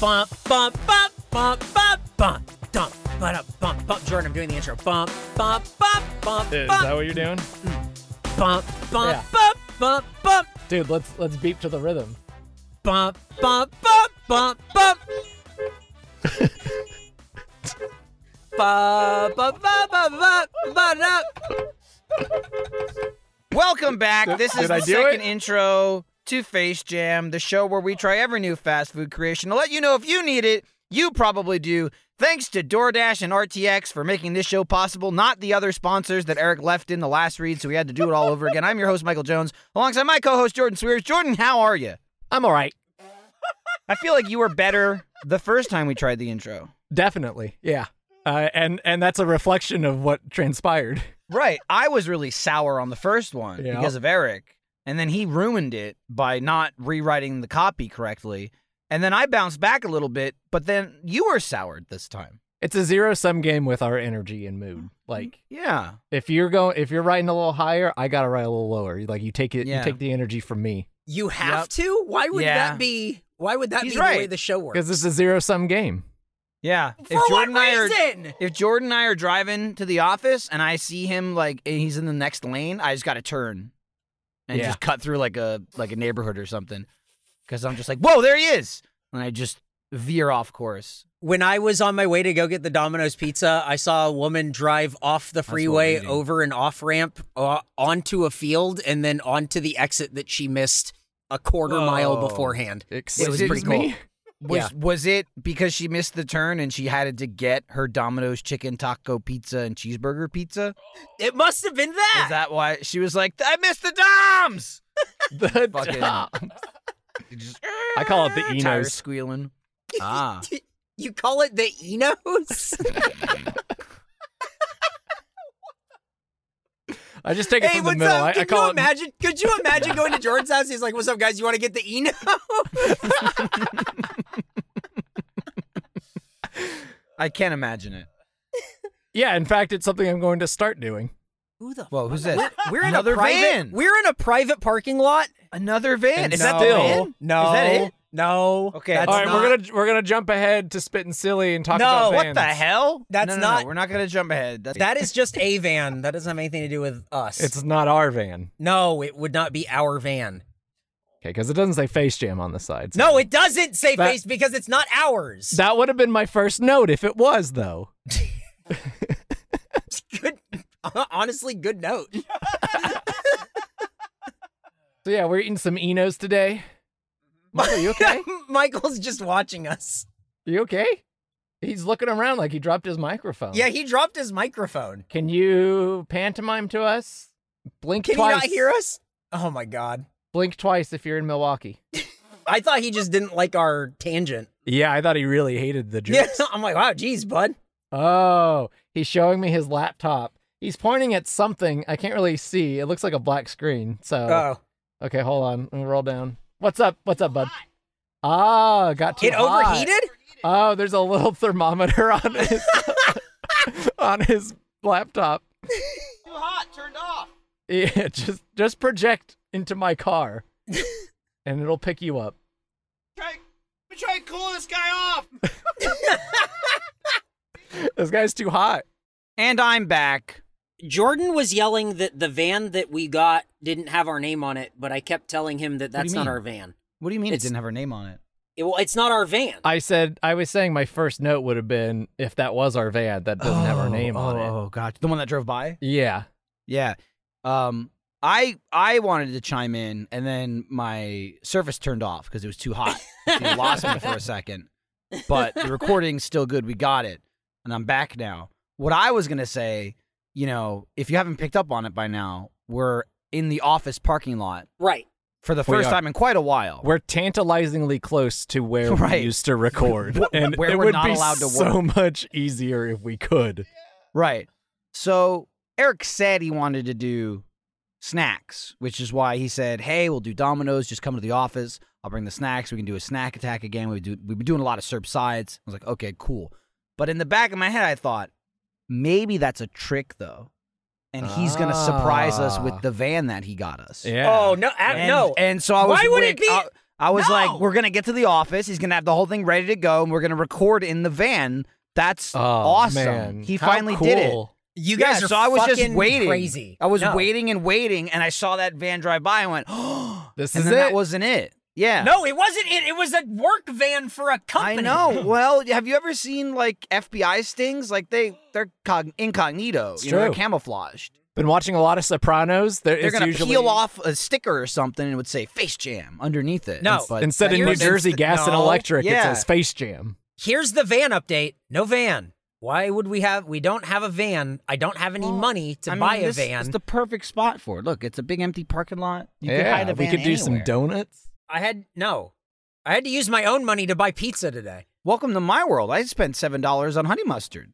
bump, bump, bump, bump, bump, bump, dump, bada, bump, bump. Jordan, I'm doing the intro. Bump, bump, bump, bump, Is bump, that what you're doing? bump, bump, Yeah. bump, bump, bump, Dude, let's let's beep to the rhythm. bump, bump, bump, bump, bump. Ba, ba, ba, ba, ba, ba, da. Welcome back. This is Did the I do second it? intro to Face Jam, the show where we try every new fast food creation to let you know if you need it, you probably do. Thanks to DoorDash and RTX for making this show possible, not the other sponsors that Eric left in the last read, so we had to do it all over again. I'm your host, Michael Jones, alongside my co host, Jordan Swears. Jordan, how are you? I'm all right. I feel like you were better the first time we tried the intro. Definitely. Yeah. Uh, and and that's a reflection of what transpired. Right. I was really sour on the first one Yeah. because of Eric. And then he ruined it by not rewriting the copy correctly. And then I bounced back a little bit, but then you were soured this time. It's a zero sum game with our energy and mood. Like Yeah. if you're going if you're riding a little higher, I gotta ride a little lower. Like you take it Yeah. you take the energy from me. You have to? Why would Yeah. that be? Why would that He's be the way right. the show Because works? this is a zero sum game. Yeah. For what and I are- reason? if Jordan and I are driving to the office and I see him like and he's in the next lane, I just gotta turn. And Yeah. just cut through like a like a neighborhood or something. Cause I'm just like, whoa, there he is. And I just veer off course. when I was on my way to go get the Domino's pizza, I saw a woman drive off the what we're freeway eating. over an off ramp uh, onto a field and then onto the exit that she missed a quarter mile Whoa. beforehand. Excuse pretty cool. me. Was Yeah. was it because she missed the turn and she had to get her Domino's chicken taco pizza and cheeseburger pizza? It must have been that. Is that why she was like, "I missed the Doms"? The Fucking- top. Just, I call it the "Argh," Enos. tires squealing. Ah, you call it the Enos? I just take it hey, from the what's middle. up? I, Can I call you it imagine? Could you imagine going to Jordan's house? He's like, "What's up, guys? You want to get the Enos?" I can't imagine it. Yeah, in fact it's something I'm going to start doing. Who the? Whoa, who's this? We're in Another a private, van. We're in a private parking lot. Another van. And Is that no. the Bill? van? No. Is that it? No. Okay, That's All right, not, we're gonna we're gonna jump ahead to spitting silly and talk No, about What bands. the hell? That's No, no, no, not- we're not gonna jump ahead. That's That is just a van. That doesn't have anything to do with us. It's not our van, no, it would not be our van. okay? Because it doesn't say Face Jam on the side. so- No, it doesn't say That- face because it's not ours. that would have been my first note if it was though. good, honestly, good note. So yeah, we're eating some Enos today. Michael, you okay? Michael's just watching us. you okay? He's looking around like he dropped his microphone. Yeah, he dropped his microphone. Can you pantomime to us? Blink Can he twice. not hear us? Oh my god! Blink twice if you're in Milwaukee. I thought he just didn't like our tangent. Yeah, I thought he really hated the Yeah, I'm like, wow, geez, bud. Oh, he's showing me his laptop. He's pointing at something I can't really see. It looks like a black screen. So Oh, okay, hold on. Let me roll down. What's up? What's up, bud? Ah, got too it hot. overheated. Oh, there's a little thermometer on his on his laptop. Too hot. Turned off. Yeah, just just project into my car, and it'll pick you up. Try, try and cool this guy off. this guy's too hot. and I'm back. Jordan was yelling that the van that we got didn't have our name on it, but I kept telling him that What do that's you not mean? our van. What do you mean It's- it didn't have her name on it? It, well, it's not our van. I said I was saying my first note would have been if that was our van that doesn't have our name on it. Oh gosh, the one that drove by. Yeah. Yeah. Um I I wanted to chime in and then my service turned off because it was too hot. You lost me for a second. But the recording's still good. We got it. And I'm back now. What I was gonna say, you know, if you haven't picked up on it by now, we're in the office parking lot right. for the We first are. time in quite a while. We're tantalizingly close to where Right. we used to record, Wh- and where it we're would not be allowed to so much easier if we could. Right. So Eric said he wanted to do snacks, which is why he said, "Hey, we'll do Domino's. Just come to the office. I'll bring the snacks. We can do a snack attack again. We do. We've been doing a lot of Serb sides." I was like, "Okay, cool." But in the back of my head, I thought maybe that's a trick, though, and he's gonna surprise us Ah. with the van that he got us. Yeah. Oh, no, I- And, and so I was. Why would it wick- be- I, I was No. like, we're gonna get to the office. He's gonna have the whole thing ready to go, and we're gonna record in the van. Oh, That's awesome. He finally did it. You Yeah, guys are so I was just fucking waiting. crazy. I was No. waiting and waiting, and I saw that van drive by and went, oh, This and is then that it. wasn't it. Yeah. No, it wasn't it. It was a work van for a I company. know. Well, have you ever seen like FBI stings? Like they they're cog- incognito, It's you know, they're true. camouflaged. Been watching a lot of Sopranos. There They're is gonna usually peel off a sticker or something and it would say Face Jam underneath it. No. but instead of that New wasn't- Jersey Gas and no. Electric. It Yeah. says Space Jam. Here's the van update. No van. Why would we have? We don't have a van. I don't have any Well, money to I mean, buy this- a van. It's the perfect spot for it. Look, it's a big empty parking lot. You yeah, could hide a we van could do some anywhere. donuts. I had no. I had to use my own money to buy pizza today. Welcome to my world. I spent seven dollars on honey mustard.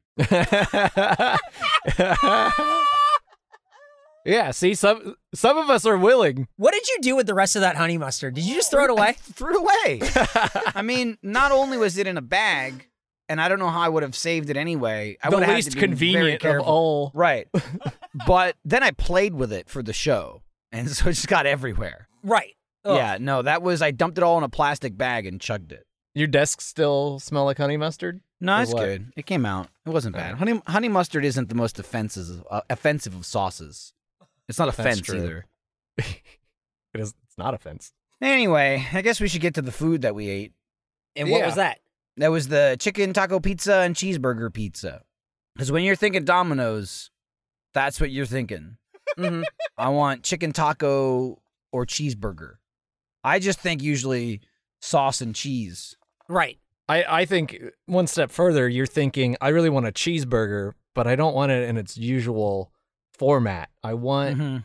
yeah, see, some some of us are willing. What did you do with the rest of that honey mustard? Did you just throw it I away? threw it away. I mean, not only was it in a bag, and I don't know how I would have saved it anyway. I the would have least had to be very convenient of careful. all. Right. but then I played with it for the show. And so it just got everywhere. Right. Ugh. Yeah, no, that was I dumped it all in a plastic bag and chugged it. Your desks still smell like honey mustard. No, Or it's what? good. It came out. It wasn't bad. Alright. Honey honey mustard isn't the most offensive uh, offensive of sauces. It's not That's offense true. either. It is. It's not offense. Anyway, I guess we should get to the food that we ate. And what Yeah. was that? That was the chicken taco pizza and cheeseburger pizza. Because when you're thinking Domino's, that's what you're thinking. Mhm. I want chicken taco or cheeseburger. I just think usually sauce and cheese. Right. I I think one step further. You're thinking I really want a cheeseburger, but I don't want it in its usual format. I want. Mm-hmm. Mhm.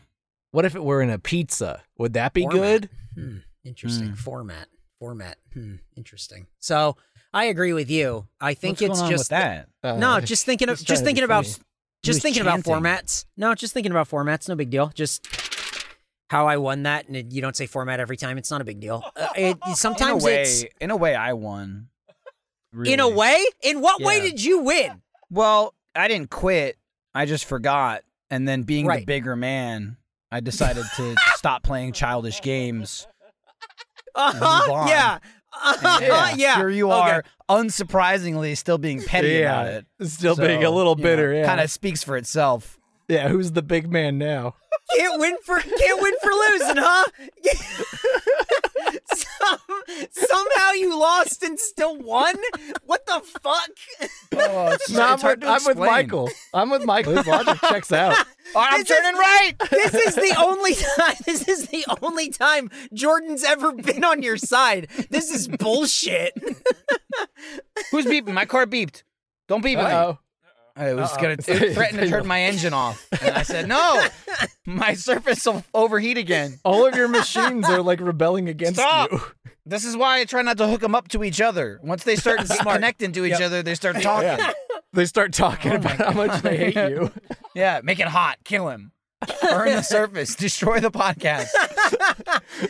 What if it were in a pizza? Would that be Format. good? Hmm. Interesting Hmm. format. Format. Hmm. Interesting. So I agree with you. I think What's it's going on with just that. Uh, no. Just thinking of he's just trying to thinking be about funny. just was thinking chanting. about formats. No, just thinking about formats. No big deal. Just how I won that, and it, you don't say format every time. It's not a big deal. Uh, it, In a sometimes way, it's in a way, I won. in a Really. way. In what way Yeah. did you win? Well, I didn't quit. I just forgot. And then being the Right. bigger man, I decided to stop playing childish games. move Uh-huh, on. yeah. Uh-huh, yeah. Here you Okay. are, unsurprisingly, still being petty yeah, about it. still being a little bitter. yeah, Kind of speaks for itself. yeah. Who's the big man now? Can't win for can't win for losing, huh? Some, somehow you lost and still won. What the fuck? Oh, it's, No, I'm, with, I'm with Michael. I'm with Michael. His logic checks out. Oh, I'm This is- turning right. This is the only time. This is the only time Jordan's ever been on your side. This is bullshit. Who's beeping? My car beeped. Don't beep at me. Uh-oh. I was Uh-oh. gonna it threatened to turn my engine off, and I said, "No, my surface will overheat again." All of your machines are like rebelling against Stop. you. This is why I try not to hook them up to each other. Once they start connecting to each Yep. other, they start talking. Yeah. Yeah. They start talking about how much they hate you. make it hot, kill him, burn the surface, destroy the podcast.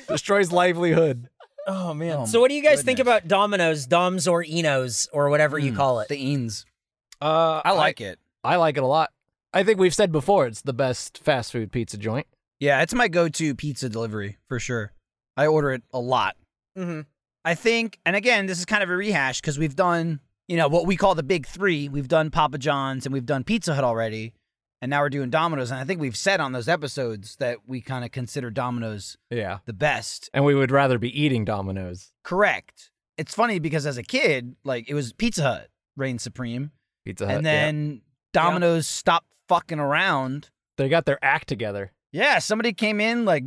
Destroys livelihood. Oh man! So, what do you guys think about Domino's, Doms, or Enos, or whatever you call it? mm. the Eans? Uh, I like it. I, like it a lot. I think we've said before it's the best fast food pizza joint. Yeah, it's my go-to pizza delivery for sure. I order it a lot. Mm-hmm. I think, and again, this is kind of a rehash because we've done, you know, what we call the big three. We've done Papa John's and we've done Pizza Hut already, and now we're doing Domino's. And I think we've said on those episodes that we kind of consider Domino's Yeah. the best. And we would rather be eating Domino's. Correct. It's funny because as a kid, like it was Pizza Hut reigned supreme, Pizza Hut. and yeah. then Domino's stopped fucking around. they got their act together. Yeah, somebody came in, like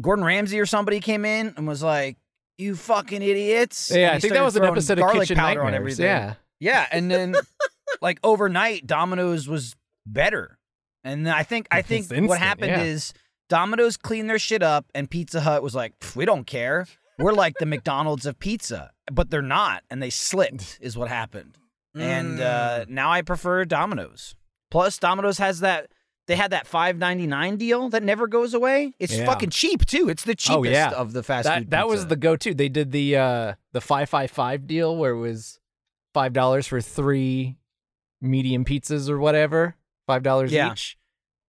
Gordon Ramsay or somebody came in and was like, "You fucking idiots!" And Yeah, I he think started that was an throwing episode of garlic Kitchen powder on Nightmares. everything. Yeah. Yeah, and then like overnight, Domino's was better. And I think I It's think instant, what happened yeah. is Domino's cleaned their shit up, and Pizza Hut was like, "Pff, "We don't care. We're like the McDonald's of pizza," but they're not, and they slipped. Is what happened. And Mm. uh, now I prefer Domino's. Plus, Domino's has that. They had that five ninety nine deal that never goes away. It's Yeah. fucking cheap too. It's the cheapest Oh, yeah. of the fast That food. that was pizza. the go-to. They did the uh the 555 deal where it was $5 for 3 medium pizzas or whatever, $5 Yeah. each.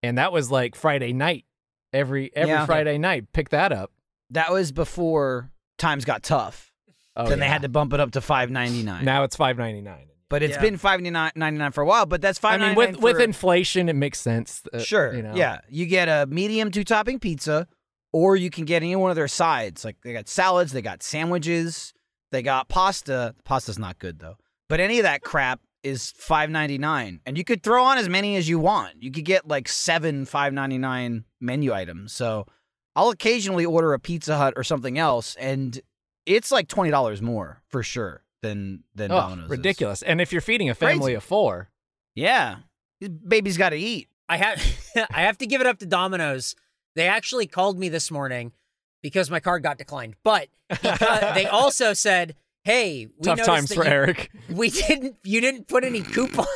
And that was like Friday night. Every every Yeah. Friday night, pick that up. That was before times got tough. Oh, then they yeah. had to bump it up to five ninety nine. Now it's five ninety nine. But it's Yeah. been five ninety nine for a while. But that's I five. mean, with with inflation, it makes sense. uh, sure, you know. yeah, you get a medium two topping pizza, or you can get any one of their sides. Like they got salads, they got sandwiches, they got pasta. Pasta's not good though. But any of that crap is five ninety nine, and you could throw on as many as you want. You could get like seven five ninety nine menu items. So I'll occasionally order a Pizza Hut or something else, and it's like twenty dollars more for sure than than Oh, Domino's. is. ridiculous. And if you're feeding a family Crazy. of four, Yeah. These babies got to eat. I have I have to give it up to Domino's. They actually called me this morning because my card got declined, but because they also said, "Hey, we tough noticed times that for you- Eric. We didn't. You didn't put any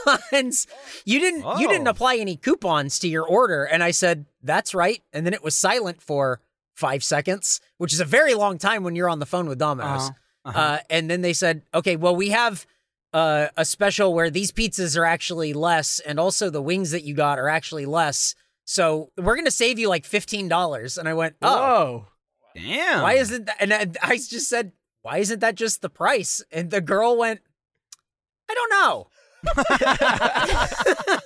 coupons. You didn't. You didn't Oh. apply any coupons to your order." And I said, "That's right." And then it was silent for five seconds, which is a very long time when you're on the phone with Domino's. Uh-huh. Uh, and then they said, okay, well, we have uh, a special where these pizzas are actually less, and also the wings that you got are actually less. So we're going to save you like $15. And I went, oh, Oh, Damn. why isn't that? And I, I just said, why isn't that just the price? And the girl went, I don't know. that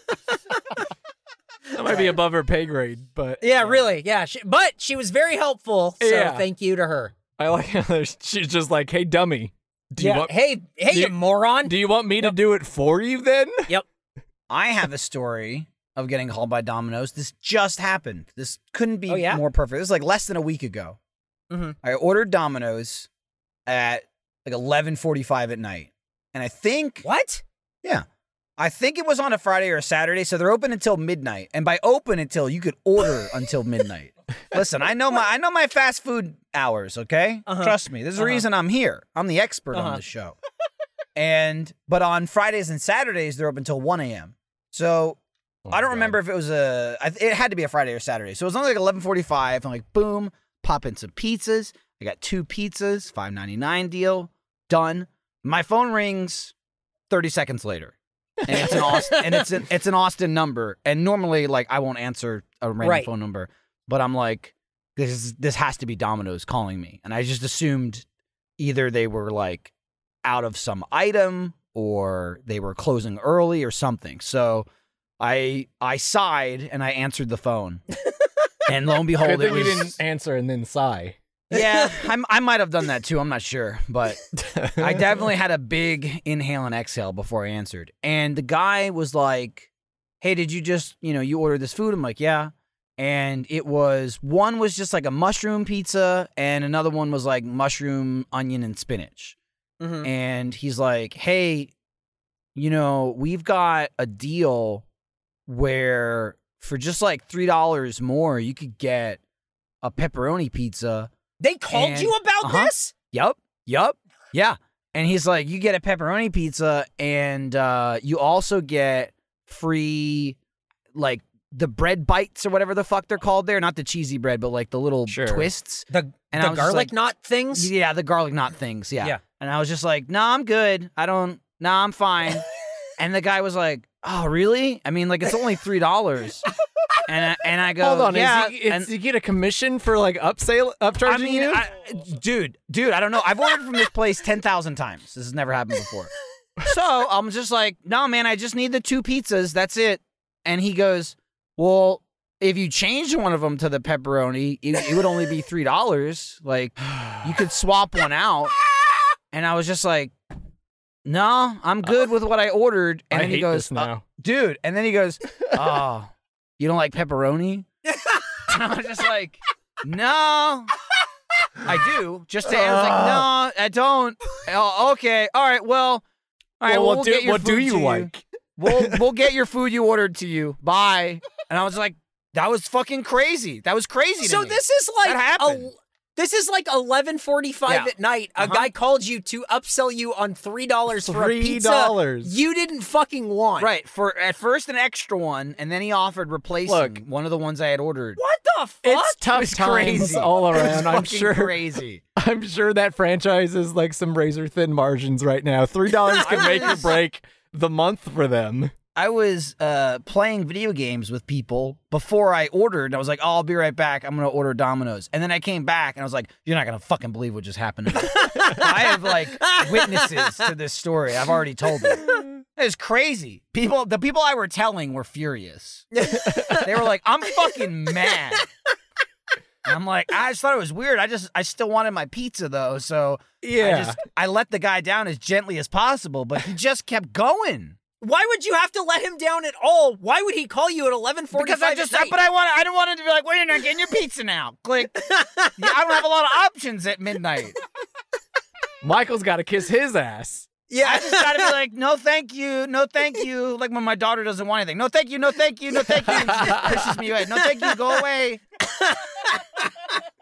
might be above her pay grade, but Yeah, really. Yeah. She, but she was very helpful. So Yeah. thank you to her. I like how there's- she's just like, "Hey, dummy, do yeah. you want hey, hey, do you, you- moron. do you want me to do it for you then?" I have a story of getting hauled by Domino's. This just happened. This couldn't be Oh, yeah? more perfect. This is like less than a week ago. Mhm. I ordered Domino's at like 11:45 at night. And I think what? I think it was on a Friday or a Saturday, so they're open until midnight. And by open until, you could order until midnight. Listen, I know my I know my fast food hours, okay? Uh-huh. Trust me. There's a Uh-huh. reason I'm here. I'm the expert Uh-huh. on this show. and but on Fridays and Saturdays, they're open till 1 a.m. So I Oh, don't remember if it was a. I th- It had to be a Friday or Saturday. So it was only like eleven forty-five. I'm like, boom, pop in some pizzas. I got two pizzas, five ninety-nine deal, done. My phone rings, thirty seconds later, and it's an Austin, and it's an it's an Austin number. And normally, like, I won't answer a random Right. phone number, but I'm like, this is, this has to be Domino's calling me, and I just assumed either they were like out of some item or they were closing early or something. So I I sighed and I answered the phone. and lo and Good behold, it thing you was didn't answer and then sigh. yeah. I'm, I might have done that too. I'm not sure, but I definitely had a big inhale and exhale before I answered. And the guy was like, "Hey, did you just you know you ordered this food?" I'm like, "Yeah." And it was one was just like a mushroom pizza, and another one was like mushroom, onion, and spinach Mhm. and he's like, "Hey, you know, we've got a deal where for just like three dollars more, you could get a pepperoni pizza." They called And- you about uh-huh. this? Yup, yup, yeah. And he's like, "You get a pepperoni pizza, and uh, you also get free, like." The bread bites or whatever the fuck they're called there, not the cheesy bread, but like the little Sure. twists. The, And I the was just garlic like- knot things? Yeah, the garlic knot things. Yeah. Yeah. And I was just like, no, I'm good. I don't, no, I'm fine. and the guy was like, oh, really? I mean, like, it's only $3. and, I, and I go, Hold on, yeah. is he, is and- he get a commission for like upsale upcharging I mean, you? I, dude, dude, I don't know. I've ordered from this place 10,000 times. This has never happened before. So I'm just like, no, man, I just need the two pizzas. That's it. And he goes, well, if you changed one of them to the pepperoni, it, it would only be $3. Like, you could swap one out. And I was just like, no, I'm good with what I ordered. And I then hate he goes, "Uh, this now. dude. And then he goes, oh, you don't like pepperoni? and I was just like, no, I do. Just to, I was like, no, I don't. Oh, okay. All right. Well, all right. Well, Well, what we'll do, get your what do food you to like? We'll, we'll get your food you ordered to you. Bye. And I was like, that was fucking crazy. That was crazy. to So me. this is like That happened. el- this is like eleven forty five Yeah. at night. A Uh-huh. guy called you to upsell you on three dollars for a pizza $3. you didn't fucking want. Right. For at first an extra one, and then he offered replacing Look. one of the ones I had ordered. What the fuck? It's tough was times crazy. all It was around. I'm fucking sure. Crazy. I'm sure that franchise is like some razor thin margins right now. Three dollars can make or break the month for them. I I was uh, playing video games with people before I ordered. And I was like, oh, I'll be right back. I'm gonna order Domino's. And then I came back and I was like, you're not gonna fucking believe what just happened. To me. I have like witnesses to this story. I've already told them. It's crazy. People, the people I were telling were furious. they were like, I'm fucking mad. And I'm like, I just thought it was weird. I just, I still wanted my pizza though, so Yeah. I just, I let the guy down as gently as possible, but he just kept going. Why would you have to let him down at all? Why would he call you at eleven forty-five? Because I just, but I want, I don't want it to be like, well, you're not getting your pizza now. Click. Yeah, I don't have a lot of options at midnight. Michael's got to kiss his ass. I yeah, just gotta be like, no, thank you, no, thank you. Like when my daughter doesn't want anything, no, thank you, no, thank you, no, thank you. And she pushes me away. No, thank you, go away.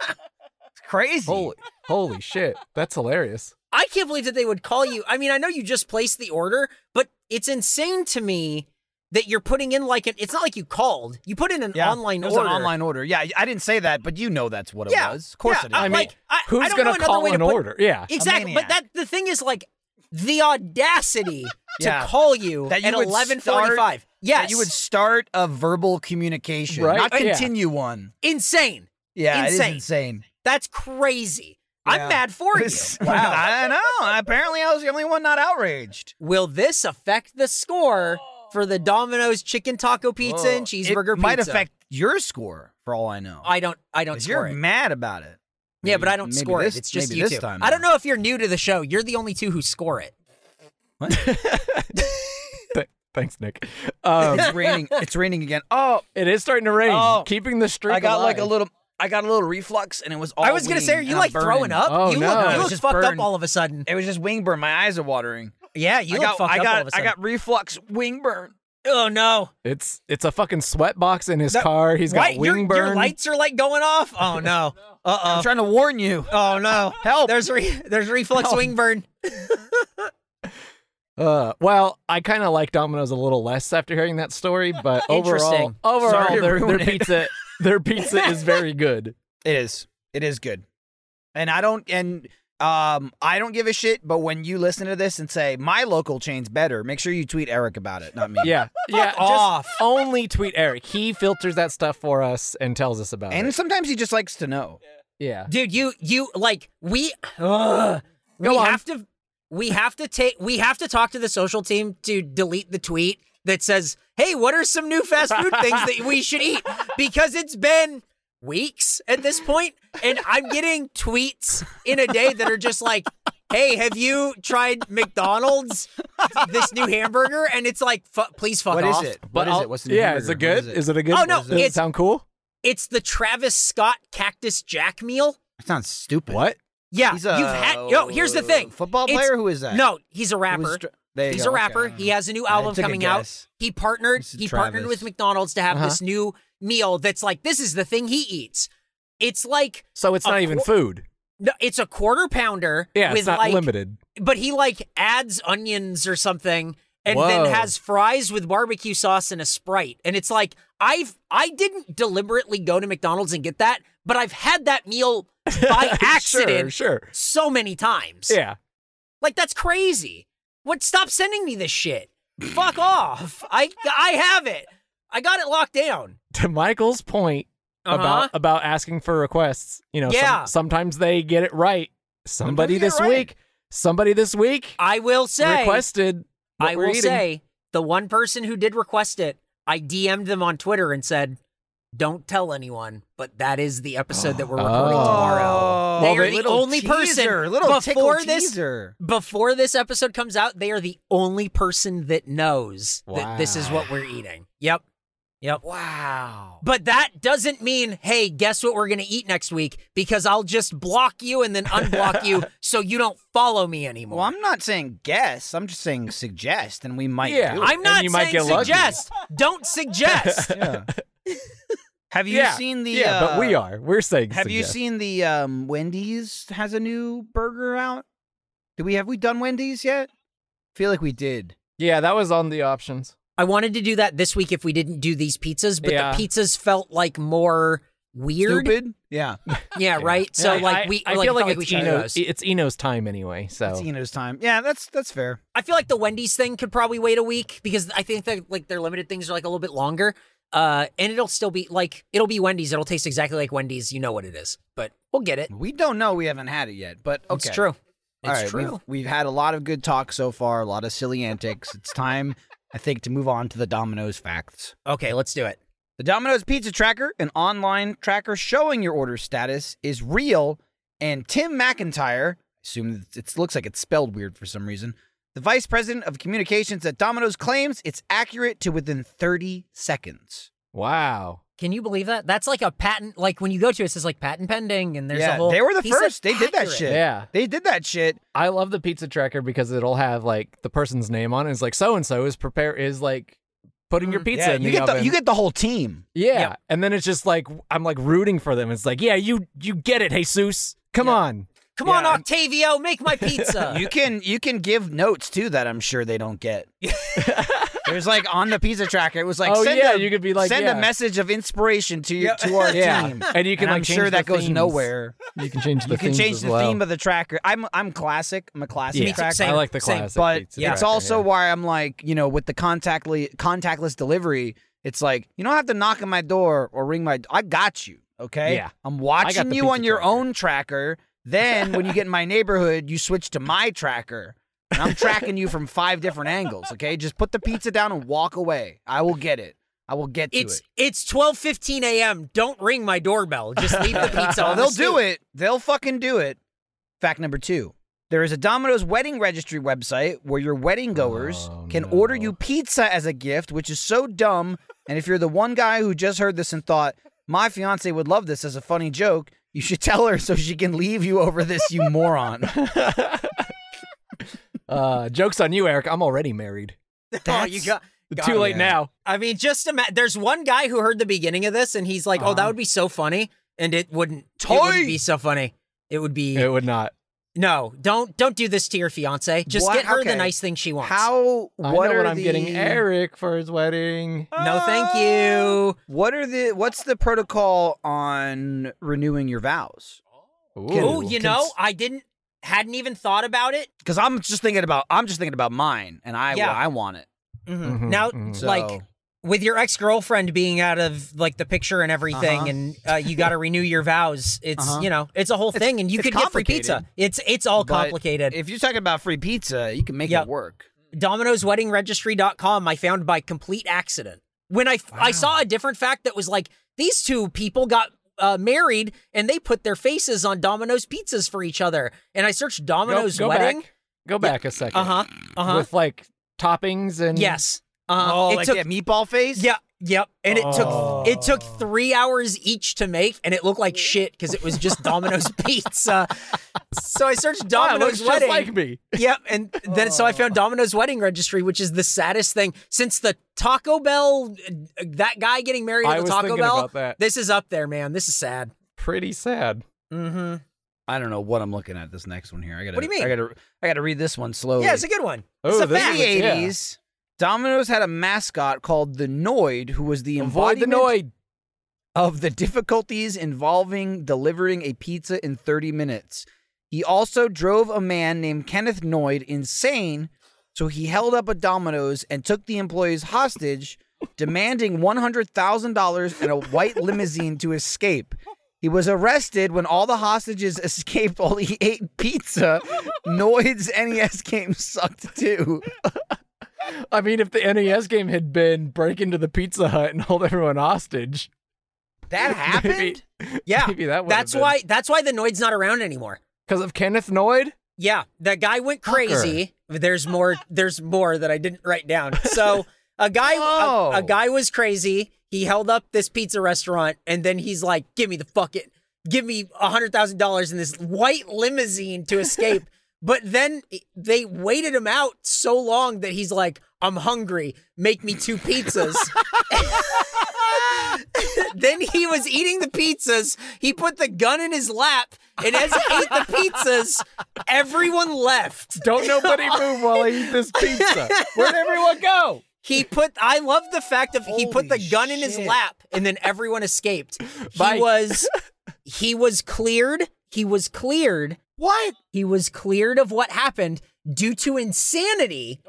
It's crazy. Holy, holy shit. That's hilarious. I can't believe that they would call you. I mean, I know you just placed the order, but it's insane to me that you're putting in like an. It's not like you called. You put in an Yeah, online it was order. an online order. Yeah, I didn't say that, but you know that's what it Yeah, was. Of course yeah, uh, it is. I mean, like, I, I Who's don't going know to another call way an to put- order? Yeah. Exactly, but maniac. that the thing is like the audacity Yeah. to call you, That you at would eleven forty-five. Yes, that you would start a verbal communication, Right? Oh, not Yeah. continue one. insane. Yeah, it Insane. is insane. That's crazy. Yeah. I'm mad for you. wow, I know. Apparently, I was the only one not outraged. Will this affect the score for the Domino's chicken taco pizza and cheeseburger Oh, it might pizza? affect your score, for all I know. I don't. I don't 'Cause score you're it. mad about it. yeah, but I don't maybe score this- it. It's just maybe you this two. time. I don't know if you're new to the show. You're the only two who score it. Th- Thanks, Nick. Um, It's raining. It's raining again. Oh, it is starting to rain. Oh, Keeping the streak I got like a alive. little. I got a little reflux, and it was all. I was gonna say, are wing, you and I'm like throwing burning. up? Oh, you no. look, I you was look just fucked burned. up all of a sudden. It was just wing burn. My eyes are watering. Yeah, you I look got. fucked I up got. all of a I sudden. got reflux. Wing burn. oh no! It's it's a fucking sweatbox in his That- car. He's got Why- your- wing Your, burn. lights are like going off. Oh no! Uh I'm trying to warn you. oh. Oh no! Help. There's re- there's reflux Help. wing burn. Uh, well, I kind of like Domino's a little less after hearing that story, but overall, Interesting. overall, Sorry to their, their ruin it. pizza, their pizza is very good. It is. It is good. And I don't and um I don't give a shit, but when you listen to this and say my local chain's better, make sure you tweet Eric about it, not me. Yeah, yeah. Just off. only tweet Eric. He filters that stuff for us and tells us about And it. sometimes he just likes to know. Yeah, dude you you like we ugh, we on. have to we have to take we have to talk to the social team to delete the tweet that says hey what are some new fast food things that we should eat because it's been weeks at this point and i'm getting tweets in a day that are just like hey have you tried mcdonald's this new hamburger and it's like fu- please fuck What is off it? What is I'll- it? What's the yeah? hamburger? Is it What good? Is it? it a good? Oh, no, does it it's- sound cool. it's the travis scott cactus jack meal That sounds stupid. What? yeah He's a Oh, you've had yo here's the thing Football It's- player? Who is that? No, he's a rapper. Who's dr- there you he's go, a rapper. okay. He has a new I album took a coming out. guess. He partnered. This is He partnered Travis. Uh-huh. with McDonald's to have this new meal that's like this is the thing he eats. It's like So it's A not even qu- food. no, it's a quarter pounder. Yeah, with it's not like, limited. But he like adds onions or something, and Whoa. then has fries with barbecue sauce and a sprite. And it's like I've I didn't deliberately go to McDonald's and get that, but I've had that meal by accident Sure, sure. so many times. Yeah. Like that's crazy. What? Stop sending me this shit. Fuck off. I I have it. I got it locked down. To Michael's point, Uh-huh. about about asking for requests. You know, some- Yeah. sometimes they get it right. Somebody they get it this right. week, somebody this week I will say. requested. what I we're will eating. say the one person who did request it, I DM'd them on Twitter and said, "Don't tell anyone." But that is the episode that we're recording Oh. tomorrow. Oh, They are Well, the little only teaser, person little tickle before this. teaser. Before this episode comes out, they are the only person that knows that this is Wow. what we're eating. Yep. Yep. Wow. But that doesn't mean, hey, guess what we're going to eat next week? Because I'll just block you and then unblock you so you don't follow me anymore. Well, I'm not saying guess. I'm just saying suggest, and we might. Yeah. do it. I'm not And you might saying get lucky. suggest. Don't suggest. yeah. Have you Yeah. seen the? yeah, uh, but we are. We're saying. Have you suggest. seen the um, Wendy's has a new burger out? Do we have we done Wendy's yet? feel like we did. Yeah, that was on the options. I wanted to do that this week if we didn't do these pizzas, but Yeah. the pizzas felt like more weird. Stupid. Yeah. Yeah, Yeah. right. So Yeah, like I- we, I like, feel like felt we it's e should Eno- have those. it's Eno's time anyway. It's So Eno's time. Yeah, that's that's fair. I feel like the Wendy's thing could probably wait a week because I think that like their limited things are like a little bit longer. Uh, and it'll still be like it'll be Wendy's. It'll taste exactly like Wendy's. You know what it is, but we'll get Mm, it. We don't know. We haven't had it yet, but okay. It's true. It's All right, true. We've, we've had a lot of good talk so far, a lot of silly antics. It's time, I think, to move on to the Domino's facts. Okay, let's do it. The Domino's Pizza Tracker, an online tracker showing your order status, is real. And Tim McIntyre, assume it looks like it's spelled weird for some reason, the vice president of communications at Domino's claims it's accurate to within 30 seconds. wow, Can you believe that? That's like a patent. Like when you go to it, it says like patent pending, and there's Yeah, a whole. they were the he said first. They did that accurate. shit. yeah. They did that shit. I love the pizza tracker because it'll have like the person's name on it. It's like so and so is prepare is like putting your Mm. pizza Yeah, in the you get oven. the you get the whole team. yeah, Yep. and then it's just like I'm like rooting for them. It's like yeah, you you get it, Jesus. Come Yep. on. Come Yeah. on, Octavio, make my pizza. You can you can give notes too that I'm sure they don't get. There's like on the pizza tracker, it was like oh send yeah, a, you could be like send yeah. a message of inspiration to your to our Yeah. team. And you can And like I'm change sure the that goes themes. nowhere. You can change the You can themes change as the well. theme of the tracker. I'm I'm classic. I'm a classic Yeah. tracker. Same, I like the same. classic, but pizza it's tracker, also yeah. why I'm like, you know, with the contactly contactless delivery, it's like you don't have to knock on my door or ring my. I got you. Okay. Yeah. I'm got watching the you on pizza your tracker. own tracker. Then when you get in my neighborhood, you switch to my tracker. And I'm tracking you from five different angles. Okay. Just put the pizza down and walk away. I will get it. I will get to it's it. it's twelve fifteen a.m. Don't ring my doorbell. Just leave the pizza. Oh, on they'll do it. They'll fucking do it. Fact number two. There is a Domino's wedding registry website where your wedding goers Oh, can no. order you pizza as a gift, which is so dumb. And if you're the one guy who just heard this and thought, my fiance would love this as a funny joke, you should tell her so she can leave you over this, you moron. uh, jokes on you, Eric. I'm already married. Oh, you got. Too it, late yeah. now. I mean, just ima- there's one guy who heard the beginning of this and he's like, "Oh, that Uh-huh. would be so funny," and it wouldn't. It Toy! wouldn't be so funny. It would be It would not. no. Don't don't do this to your fiance. Just What? get her the Okay. nice thing she wants. How? I what know are what I'm getting the- Eric for his wedding. No, thank you. What are the? What's the protocol on renewing your vows? Ooh. Oh, you know, I didn't hadn't even thought about it. Because I'm just thinking about. I'm just thinking about mine, and I Yeah. I want it. Mhm. Mhm, Now, mhm. Mm-hmm, So- like with your ex girlfriend being out of like the picture and everything, Uh-huh. and uh, you got to renew your vows. It's Uh-huh. you know, it's a whole thing, and you it's could get free complicated. pizza. It's it's all But complicated. If you're talking about free pizza, you can make Yeah. it work. Domino'sWeddingRegistry.com I found by complete accident. When I I saw a different fact that was like these two people got uh, married and they put their faces on Domino's pizzas for each other. And I searched Domino's go, go wedding. Back, go back a second. Uh Uh-huh, huh. Uh huh. With like toppings and Yes. Um, Uh, it took. that meatball face? Yeah. Yep. And it Oh. took it took three hours each to make, and it looked like shit because it was just Domino's pizza. So I searched Wow, it Domino's looks wedding. just like me. Yep, and then Oh. so I found Domino's wedding registry, which is the saddest thing since the Taco Bell. uh, That guy getting married I at the was Taco thinking Bell. about that. This is up there, man. This is sad. Pretty sad. Mm-hmm. I don't know what I'm looking at this next one here. I gotta, What do you mean? I gotta, I gotta read this one slowly. Yeah, it's a good one. Oh, a this fact. in is- the yeah. 80s, Domino's had a mascot called the Noid, who was the Avoid the noid. embodiment of the difficulties involving delivering a pizza in 30 minutes. He also drove a man named Kenneth Noyd insane, so he held up a Domino's and took the employees hostage, demanding $100,000 and a white limousine to escape. He was arrested when all the hostages escaped while he ate pizza. Noyd's NES game sucked too. I mean, if the NES game had been break into the Pizza Hut and hold everyone hostage, That happened? Yeah, maybe that would. that's why. That's why the Noid's not around anymore. because of Kenneth Noid. Yeah, that guy went Fucker. crazy. There's more. There's more that I didn't write down. So a guy, Oh. a, a guy was crazy. He held up this pizza restaurant, and then he's like, "Give me the fuck it. Give me a hundred thousand dollars in this white limousine to escape." but then they waited him out so long that he's like, "I'm hungry. Make me two pizzas." then he was eating the pizzas. He put the gun in his lap, and as he ate the pizzas, everyone left. Don't nobody move while I eat this pizza. Where'd everyone go? He put. I love the fact of he put the Holy gun in his shit. lap, and then everyone escaped. He Bye. was he was cleared. He was cleared. What? He was cleared of what happened due to insanity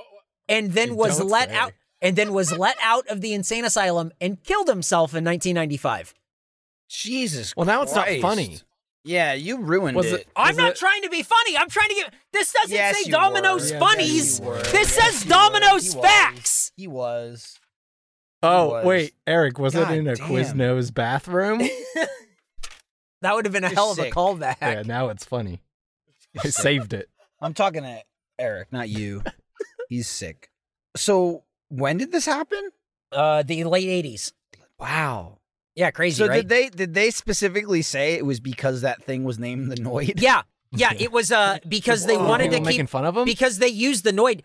and then You was don't let say. out and then was let out of the insane asylum and killed himself in 1995. Jesus. Well, now it's not Christ. funny. Yeah, you ruined Was it. it- I'm Was not trying to be funny. I'm trying to get This doesn't Yes, say you Domino's were. Yes, funnies. you were. this Yes, says you were. Domino's He was. facts. He was. Oh was. wait, Eric, was God it in a damn. Quiznos bathroom? That would have been a You're hell of a sick. callback. yeah, now it's funny. I saved it. I'm talking to Eric, not you. He's sick. So when did this happen? Uh, the late 80s. Wow. Yeah, crazy, so right? did they did they specifically say it was because that thing was named the Noid? Yeah, yeah. It was uh because they Were wanted to people keep making fun of him. because they used the Noid.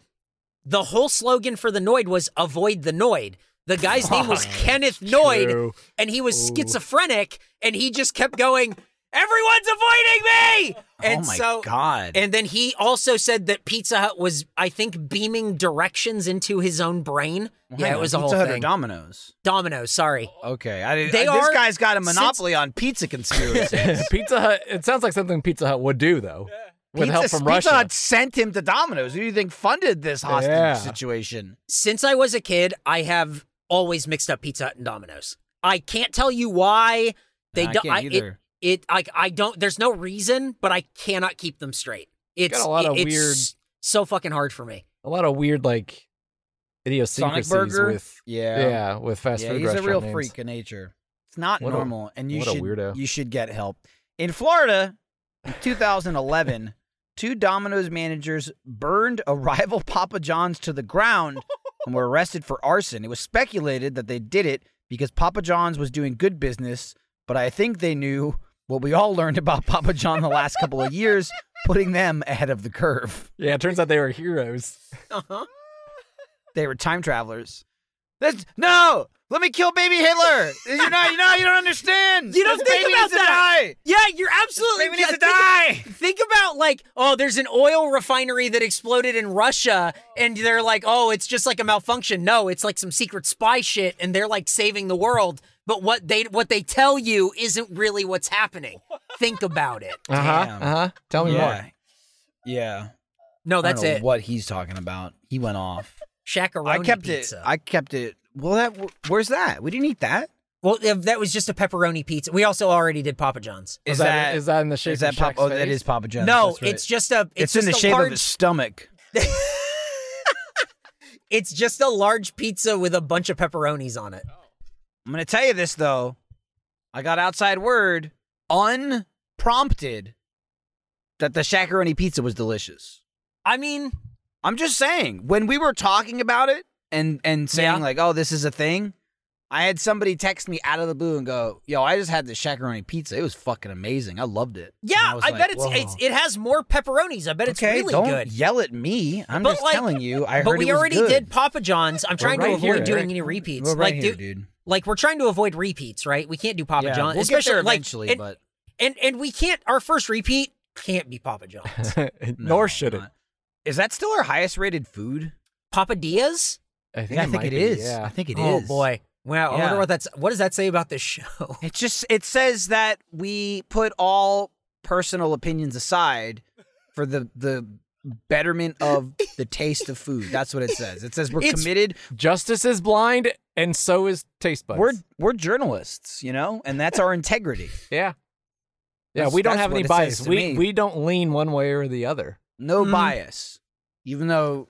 The whole slogan for the Noid was "Avoid the Noid." The guy's name was Fuck. Kenneth Noid, True. and he was Ooh. Oh. schizophrenic, and he just kept going. Everyone's avoiding me, and oh my so. god. And then he also said that Pizza Hut was, I think, beaming directions into his own brain. yeah, it was a Oh Pizza whole Hut or thing. Domino's. Domino's, sorry. Okay, I didn't. They I- are- this guy's got a monopoly on pizza conspiracy. Pizza Hut. It sounds like something Pizza Hut would do, though, with pizza, help from Pizza Russia. Hut sent him to Domino's. Who do you think funded this hostage Yeah. situation? since I was a kid, I have always mixed up Pizza Hut and Domino's. I can't tell you why they I don't. can't it, either. it like I don't. There's no reason, but I cannot keep them straight. It's a lot of it's weird- So fucking hard for me. A lot of weird like idiosyncrasies burger? with yeah. Yeah, with fast yeah. food He's a restaurant real names. freak in nature. It's not What a- normal, and you what a should weirdo. you should get help. In Florida, in 2011, two Domino's managers burned a rival Papa John's to the ground and were arrested for arson. It was speculated that they did it because Papa John's was doing good business, but I think they knew what we all learned about Papa John the last couple of years, putting them ahead of the curve. Yeah, it turns out they were heroes. Uh-huh. They were time travelers. That's no. Let me kill baby Hitler. You're not. You know. You don't understand. You don't This think baby about needs to that. die. Yeah, you're absolutely. Baby needs to think- die. Think about like, oh, there's an oil refinery that exploded in Russia, and they're like, oh, it's just like a malfunction. No, it's like some secret spy shit, and they're like saving the world. But what they what they tell you isn't really what's happening. Think about it. Uh huh. Damn. Uh huh. Tell me Yeah. more. Yeah. No, Oh, that's I don't know it. What he's talking about. He went off. Shakaroni I kept pizza. it. I kept it. Well, that. Where's that? We didn't eat that. well, if that was just a pepperoni pizza. We also already did Papa John's. Is that is that in the shape? is that of Pop? Shaq's Oh, that face? is Papa John's. no, that's right. it's just a. It's, it's, in the just shape a large, of his stomach. It's just a large pizza with a bunch of pepperonis on it. I'm gonna tell you this though. I got outside word, unprompted, that the shakaroni pizza was delicious. I mean, I'm just saying, when we were talking about it and and saying Yeah. like, oh, this is a thing, I had somebody text me out of the blue and go, yo, I just had the shakaroni pizza. It was fucking amazing. I loved it. yeah, And I, was like, bet it's, "Whoa." it's it has more pepperonis. I bet it's okay, really don't good. yell at me. I'm But, just like- telling you. I heard but we it was already good. did Papa John's. I'm trying to right avoid here, doing Eric. any repeats. We're right like, here, do- dude. like we're trying to avoid repeats, right? We can't do Papa yeah, John's, we'll especially get there like eventually, and, but and and we can't. Our first repeat can't be Papa John's. no, Nor should it. not. Is that still our highest rated food? Papa Diaz. I Yeah, I think might it be, is. I Yeah. think it is. oh boy. Wow. I wonder Yeah. what that's. What does that say about this show? It just it says that we put all personal opinions aside for the the betterment of the taste of food. That's what it says. It says we're It's- committed. Justice is blind, and so is taste buds. We're we're journalists, you know, and that's our integrity. yeah. Yeah, That's- we don't that's have any what it says bias. to We me. we don't lean one way or the other. No Mm. bias. Even though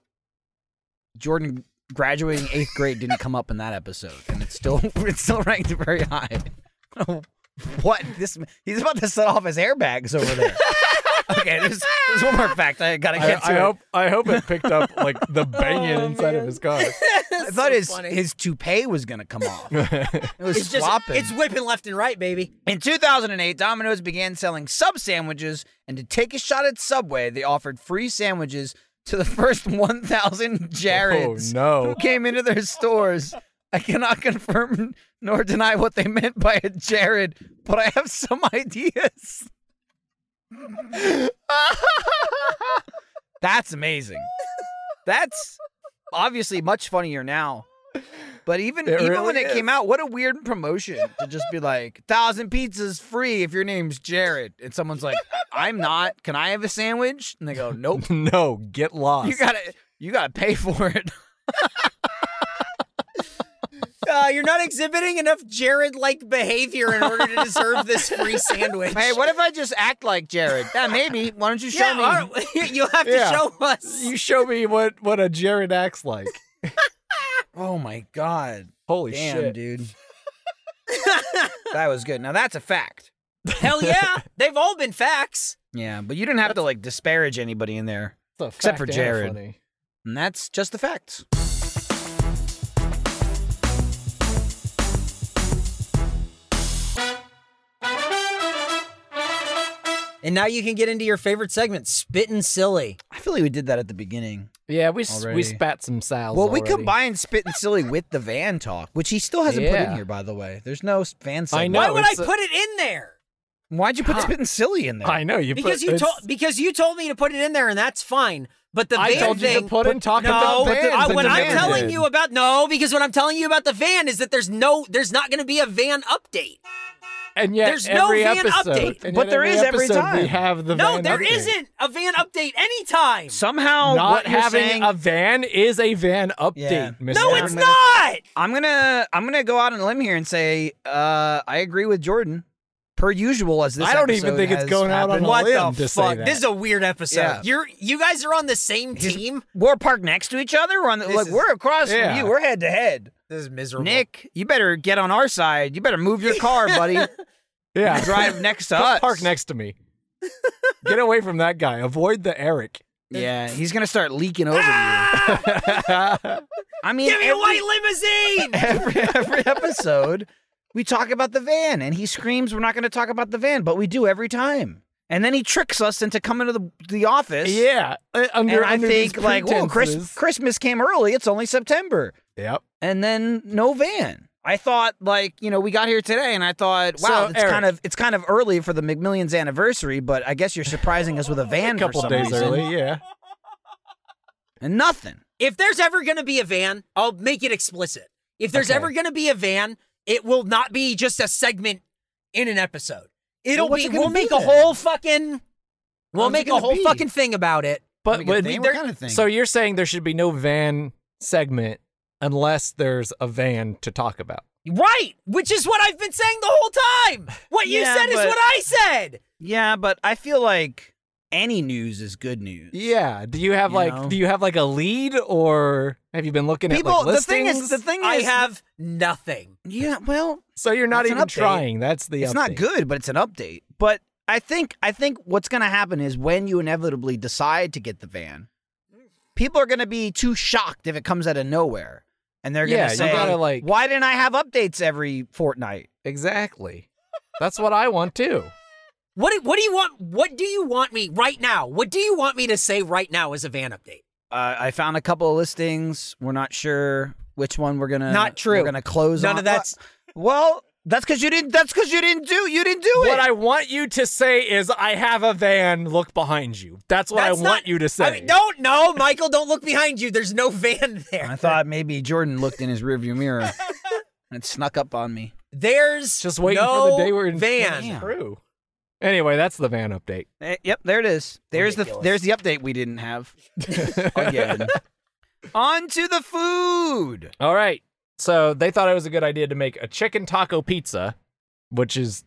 Jordan graduating eighth grade didn't come up in that episode, and it's still it's still ranked very high. Oh, what this? He's about to set off his airbags over there. okay, there's, there's one more fact I gotta I, get to. I it. hope I hope it picked up like the banging Oh, inside of man. his car. I thought his his toupee was gonna come off. It was It's just flopping. it's whipping left and right, baby. In 2008, Domino's began selling sub sandwiches, and to take a shot at Subway, they offered free sandwiches to the first 1,000 Jareds Oh, no. who came into their stores. I cannot confirm nor deny what they meant by a Jared, but I have some ideas. That's amazing. That's obviously much funnier now. But even It even really when it is. came out, what a weird promotion to just be like, thousand pizzas free if your name's Jared. And someone's like, I'm not. Can I have a sandwich? And they go, Nope. no, get lost. You gotta you gotta pay for it. Uh, you're not exhibiting enough Jared-like behavior in order to deserve this free sandwich. hey, what if I just act like Jared? Yeah, maybe. Why don't you show Yeah, me? all right. You'll have to Yeah. show us. You show me what what a Jared acts like. Oh my god. Holy Damn, shit. dude. that was good. Now that's a fact. Hell yeah, they've all been facts. Yeah, but you didn't have to like disparage anybody in there. It's a Except for fact and Jared. funny. And that's just the facts. And now you can get into your favorite segment, spittin' silly. I feel like we did that at the beginning. Yeah, we s- Already. we spat some sals. Well, we already. combined Spit and Silly with the van talk, which he still hasn't put in Yeah. here, by the way. There's no s- van I segment. know. Why would I it's a- put it in there? Why'd you put Huh. Spit and Silly in there? I know you Because put, you it's- told because you told me to put it in there, and that's fine. But the I van told you thing, to put in talk no, about vans. I- and when the I'm van telling did. you about no, because what I'm telling you about the van is that there's no, there's not going to be a van update. and yet there's no every van episode, update. and But yet there is every episode time. we have the No, van there update. not a van update anytime. Somehow, Not what you're having saying, a van is a van update. Yeah. Mr. no, Yeah, it's I'm gonna- not. I'm gonna I'm gonna go out on a limb here and say uh, I agree with Jordan. Per usual, as this I don't even episode think it's has going out on happened. a What limb the to say fuck? that. This is a weird episode. Yeah. You're you guys are on the same team. We're parked next to each other. We're on the, This like is- we're across Yeah. from you. We're head to head. This is miserable. Nick, you better get on our side. You better move your car, buddy. yeah. Drive next to Don't us. Park next to me. Get away from that guy. Avoid the Eric. Yeah, he's gonna start leaking over you. Ah! I mean, Give me a every- white limousine. every every episode we talk about the van and he screams we're not going to talk about the van but we do every time and then he tricks us into coming to the, the office yeah. uh, and Under, i under think these like whoa Chris, pretenses. christmas came early it's only september Yep. and then no van i thought like you know we got here today and i thought So, wow it's Eric- kind of it's kind of early for the mcmillions anniversary but i guess you're surprising us with a van A couple for some days reason. early. Yeah. and nothing if there's ever going to be a van, I'll make it explicit. If there's Okay. ever going to be a van, it will not be just a segment in an episode. It'll Well, what's be it gonna we'll be make a then? whole fucking we'll How's it make a gonna whole be? fucking thing about it. But Like a when van? we- what there- kind of thing so you're saying there should be no van segment unless there's a van to talk about. Right, which is what I've been saying the whole time. What you Yeah, said is but- what I said. yeah but i feel like any news is good news Yeah. Do you have You like know? do you have like a lead or have you been looking People, at like the thing is, listings? the thing is, I have nothing. Yeah, well, so you're not It's an even update. trying. That's the it's not update. good, but it's an update. But I think, I think what's going to happen is when you inevitably decide to get the van, people are going to be too shocked if it comes out of nowhere, and they're going to Yeah, you say, gotta, like- "Why didn't I have updates every fortnight?" Exactly. That's what I want too. What do- what do you want what do you want me right now? What do you want me to say right now as a van update? Uh, I found a couple of listings. We're not sure which one we're gonna Not true. We're gonna close. None on. of that's well. That's because you didn't. That's because you didn't do. You didn't do What it. I want you to say is, I have a van. Look behind you. That's what That's I not- want you to say. I mean, don't no, Michael, don't look behind you. There's no van there. I thought maybe Jordan looked in his rearview mirror and it snuck up on me. There's Just waiting no for the day we're in van. Yeah. True. Anyway, that's the van update. Eh, yep, there it is. There's the Ridiculous. there's the update we didn't have again. On to the food. All right. So they thought it was a good idea to make a chicken taco pizza, which is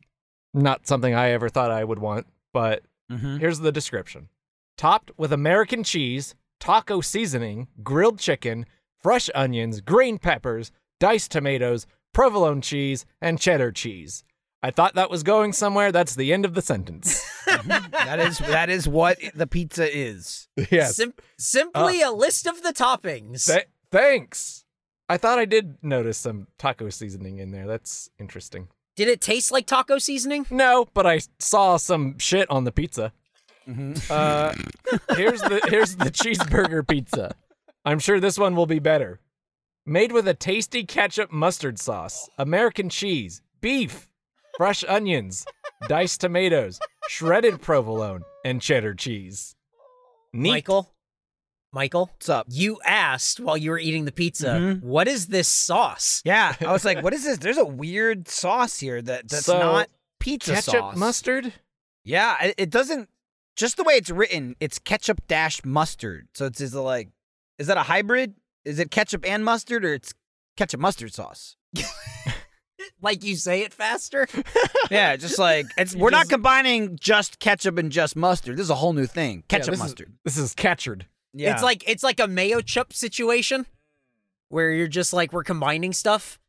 not something I ever thought I would want, but Mm-hmm. Here's the description topped with American cheese, taco seasoning, grilled chicken, fresh onions, green peppers, diced tomatoes, provolone cheese, and cheddar cheese. I thought that was going somewhere. That's the end of the sentence. That is that is what the pizza is. yes. Uh, Sim- simply a list of the toppings. Th- thanks. I thought I did notice some taco seasoning in there. That's interesting. Did it taste like taco seasoning? No, but I saw some shit on the pizza. Mhm. Uh, here's the here's the cheeseburger pizza. I'm sure this one will be better. Made with a tasty ketchup mustard sauce, American cheese, beef, fresh onions, diced tomatoes, shredded provolone, and cheddar cheese. Neat. Michael, Michael? What's up? You asked while you were eating the pizza, Mm-hmm. Mhm. "What is this sauce? Yeah, I was like, what is this? There's a weird sauce here that that's So, not pizza Ketchup sauce. mustard? Yeah, it, it doesn't. Just the way it's written, it's ketchup dash mustard. So it's is it like, is that a hybrid? Is it ketchup and mustard, or it's ketchup mustard sauce? Like you say it faster? yeah, just like it's, You we're not just- combining just ketchup and just mustard. This is a whole new thing. Yeah, Ketchup this is- mustard. this is captured. yeah, It's like it's like a mayo chup situation where you're just like we're combining stuff.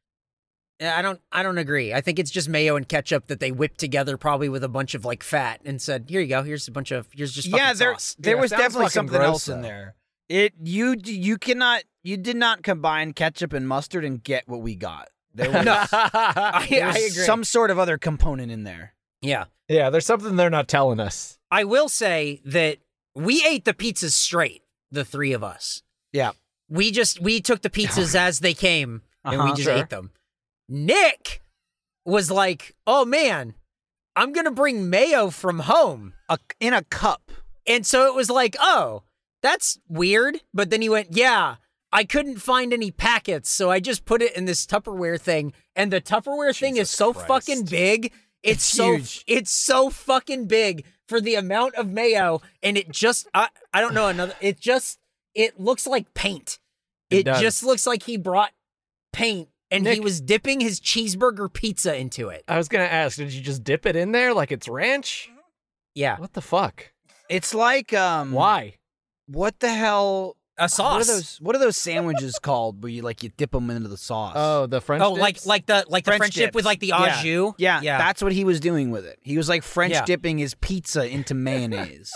Yeah, I don't I don't agree. I think it's just mayo and ketchup that they whipped together probably with a bunch of like fat and said, "Here you go. Here's a bunch of here's just fucking yeah. There, sauce." there Yeah, was sounds definitely fucking something gross, else in though. there. It you d- you cannot you did not combine ketchup and mustard and get what we got. There was, I, there I was agree. some sort of other component in there. yeah. Yeah, there's something they're not telling us. I will say that we ate the pizzas straight, the three of us. Yeah. We just we took the pizzas as they came and we Uh-huh. just Sure. ate them. Nick was like, "Oh man, I'm going to bring mayo from home." A, in a cup. And so it was like, "Oh, that's weird." But then he went, "Yeah, I couldn't find any packets, so I just put it in this Tupperware thing, and the Tupperware thing is Jesus so Christ. fucking big. It's, It's so huge. it's so fucking big for the amount of mayo, and it just I I don't know another. It just it looks like paint. It It, does. just looks like he brought paint, and he Nick- was dipping his cheeseburger pizza into it. I was gonna ask, did you just dip it in there like it's ranch? Yeah, Mm. What the fuck? It's like um. Why? What the hell? a What are sauce. those? What are those sandwiches called? Where you like you dip them into the sauce? Oh, the French. Oh, like dips? like the like the French friendship with dips. like the au Yeah. jus. Yeah, that's what he was doing with it. He was like French Yeah. dipping his pizza into mayonnaise.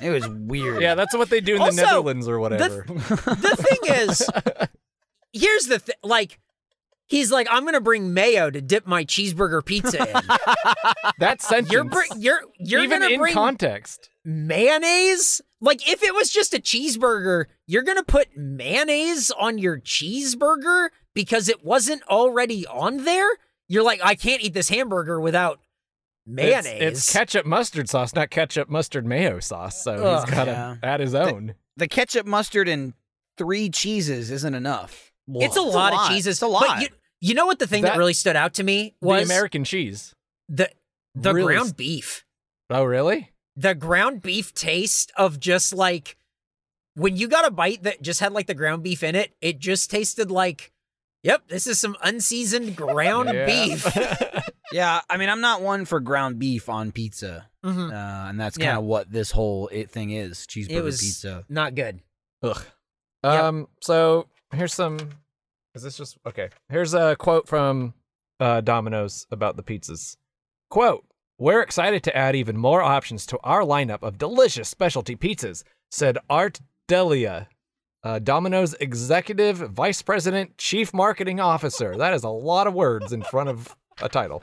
it was weird. yeah, that's what they do in Also, the Netherlands or whatever. the thing is, here's the thing. Like, he's like, I'm gonna bring mayo to dip my cheeseburger pizza in. that sentence. You're br- you're you're even gonna in bring context. mayonnaise. Like, if it was just a cheeseburger, you're gonna put mayonnaise on your cheeseburger because it wasn't already on there. You're like, I can't eat this hamburger without It's- mayonnaise. It's, ketchup mustard sauce, not ketchup mustard mayo sauce. So Ugh. he's got to Yeah. add his own. the ketchup, mustard, and three cheeses isn't enough. It's a lot, of cheeses. It's a But lot. you, you know what the thing that, That- really stood out to me was the American cheese. the the Really ground s- beef. Oh, really? the ground beef taste of just like when you got a bite that just had like the ground beef in it, it just tasted like, yep, this is some unseasoned ground Yeah. beef. yeah, I mean, I'm not one for ground beef on pizza, uh, Mhm. and that's Yeah. kind of what this whole it thing is: cheeseburger It was pizza. not good. Ugh. Yep. Um. So here's some. Is this just okay? Here's a quote from uh, Domino's about the pizzas. Quote: We're excited to add even more options to our lineup of delicious specialty pizzas," said Art Delia, uh, Domino's executive vice president, chief marketing officer. That is a lot of words in front of a title.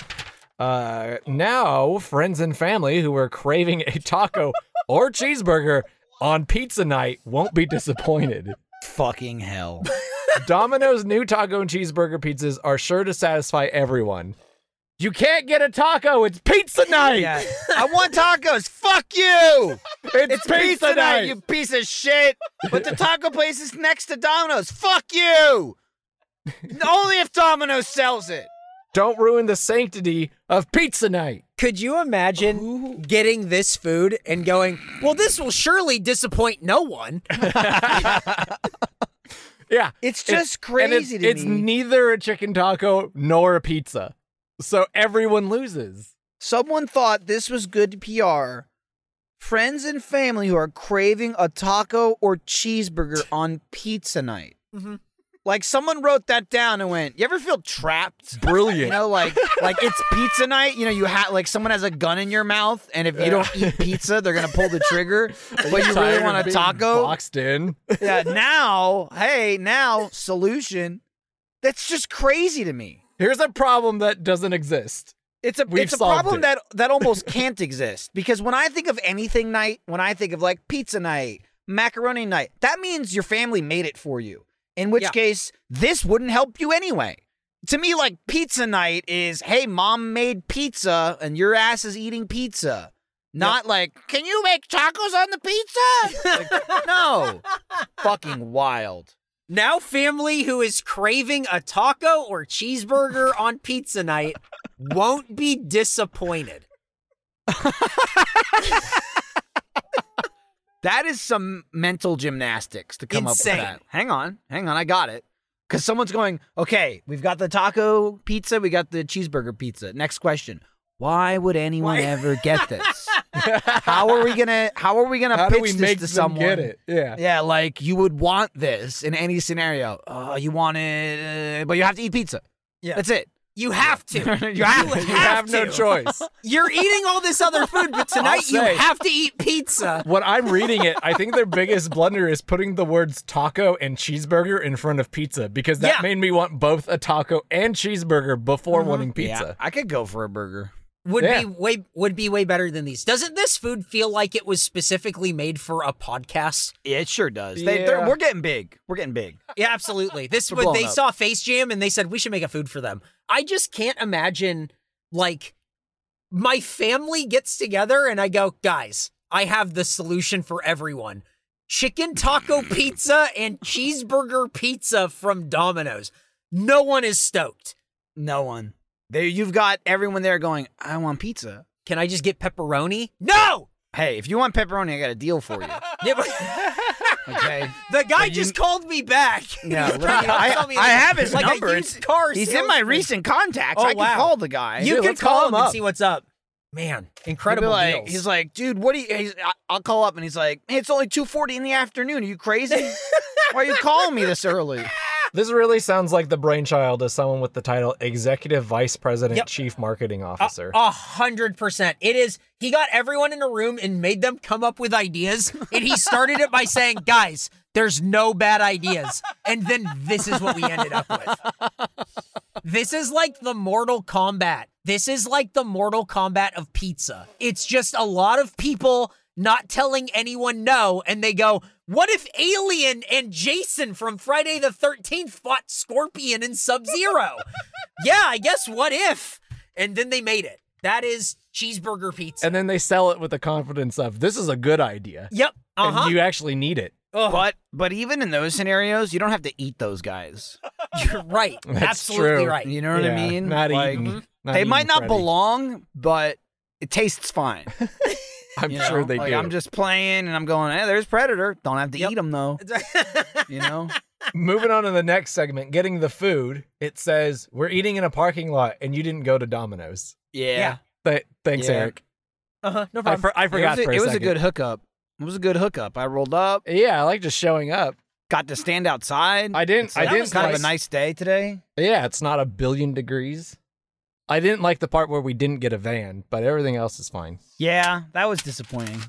Uh, now, friends and family who are craving a taco or cheeseburger on pizza night won't be disappointed. Fucking hell! Domino's new taco and cheeseburger pizzas are sure to satisfy everyone. You can't get a taco, it's pizza night! yeah, I want tacos. Fuck you! It's, It's pizza, night, you piece of shit. But the taco place is next to Domino's. Fuck you. Only if Domino's sells it. Don't ruin the sanctity of pizza night. Could you imagine getting this food and going, well, this will surely disappoint no one? Yeah. It's just and it's- crazy to it's me. neither a chicken taco nor a pizza. So everyone loses. Someone thought this was good PR. Friends and family who are craving a taco or cheeseburger on pizza night. Mm-hmm. Mhm. Like someone wrote that down and went, "You ever feel trapped?" You Brilliant. know, like like it's pizza night. You know, you have like someone has a gun in your mouth, and if you don't eat pizza, they're gonna pull the trigger. But you Tired really of want a being taco? Boxed in. yeah, now, hey, now, solution. That's just crazy to me. Here's a problem that doesn't exist. It's a We've it's a solved problem it. that that almost can't exist because when I think of anything night, when I think of like pizza night, macaroni night, that means your family made it for you. In which Yeah. case, this wouldn't help you anyway. To me, like pizza night is, hey, mom made pizza and your ass is eating pizza. Not like, can you make tacos on the pizza? Like, no. Fucking wild. Now, family who is craving a taco or cheeseburger on pizza night won't be disappointed. That is some mental gymnastics to come Insane. up with that. Hang on, hang on, I got it. Because someone's going, okay, we've got the taco pizza, we got the cheeseburger pizza. Next question: Why would anyone Why- ever get this? how are we gonna? How are we gonna How pitch do we this make to them someone? get it? Yeah. Yeah, like you would want this in any scenario. Uh, you want it, uh, but you have to eat pizza. Yeah. that's it. You have to. You have to. You have no to. choice. You're eating all this other food, but tonight you say. have to eat pizza. When I'm reading it, I think their biggest blunder is putting the words taco and cheeseburger in front of pizza because that Yeah. Mm-hmm. made me want both a taco and cheeseburger before wanting pizza. I could go for a burger. Would Yeah. be way would be way better than these. Doesn't this food feel like it was specifically made for a podcast? Yeah, it sure does. They, they're Yeah. We're getting big. We're getting big. Yeah, absolutely. This We're was blowing they up. saw Face Jam and they said we should make a food for them. I just can't imagine like my family gets together and I go, guys, I have the solution for everyone. Chicken taco pizza and cheeseburger pizza from Domino's. No one is stoked. No one. There, you've got everyone there going. I want pizza. Can I just get pepperoni? No! Hey, if you want pepperoni, I got a deal for you. Yeah, but- Okay. the guy But you- just called me back. Yeah, He's trying to I- tell me I have his like a number. used car He's in my salesman. recent contacts. Oh, I can wow. call the guy. You Dude, can let's call, him, up. and see what's up. Man, He'll be incredible like, deals. He's like, dude, what do you? He's, I- I'll call up, and he's like, hey, it's only two forty in the afternoon. Are you crazy? Why are you calling me this early? This really sounds like the brainchild of someone with the title Executive Vice President Yep. Uh, Chief Marketing A- Officer. A hundred percent. It is. He got everyone in a room and made them come up with ideas, and he started it by saying, "Guys, there's no bad ideas," and then this is what we ended up with. This is like the Mortal Kombat. This is like the Mortal Kombat of pizza. It's just a lot of people not telling anyone no, and they go, "What if Alien and Jason from Friday the Thirteenth fought Scorpion and Sub Zero? yeah, I guess what if? And then they made it. That is cheeseburger pizza. and then they sell it with the confidence of this is a good idea. yep. Uh huh. And you actually need it. Oh, But but even in those scenarios, you don't have to eat those guys. you're right. That's Absolutely true. right. You know what Yeah, I mean? Not Like, eating. Mm-hmm. not they eating might not Freddy. belong, but it tastes fine. I'm you sure know? they Like, do. I'm just playing, and I'm going. Hey, there's Predator. Don't have to eat 'em Yep. eat them though. You know. Moving on to the next segment, getting the food. It says we're eating in a parking lot, and you didn't go to Domino's. Yeah. Th- thanks, Yeah. Eric. uh huh. No I, problem. for- I forgot It was, for a, a it was a second. good hookup. It was a good hookup. I rolled up, Yeah, I like just showing up. got to stand outside. I didn't. It's I like didn't. kind like- of a nice day today. Yeah, it's not a billion degrees. I didn't like the part where we didn't get a van, but everything else is fine. Yeah, that was disappointing.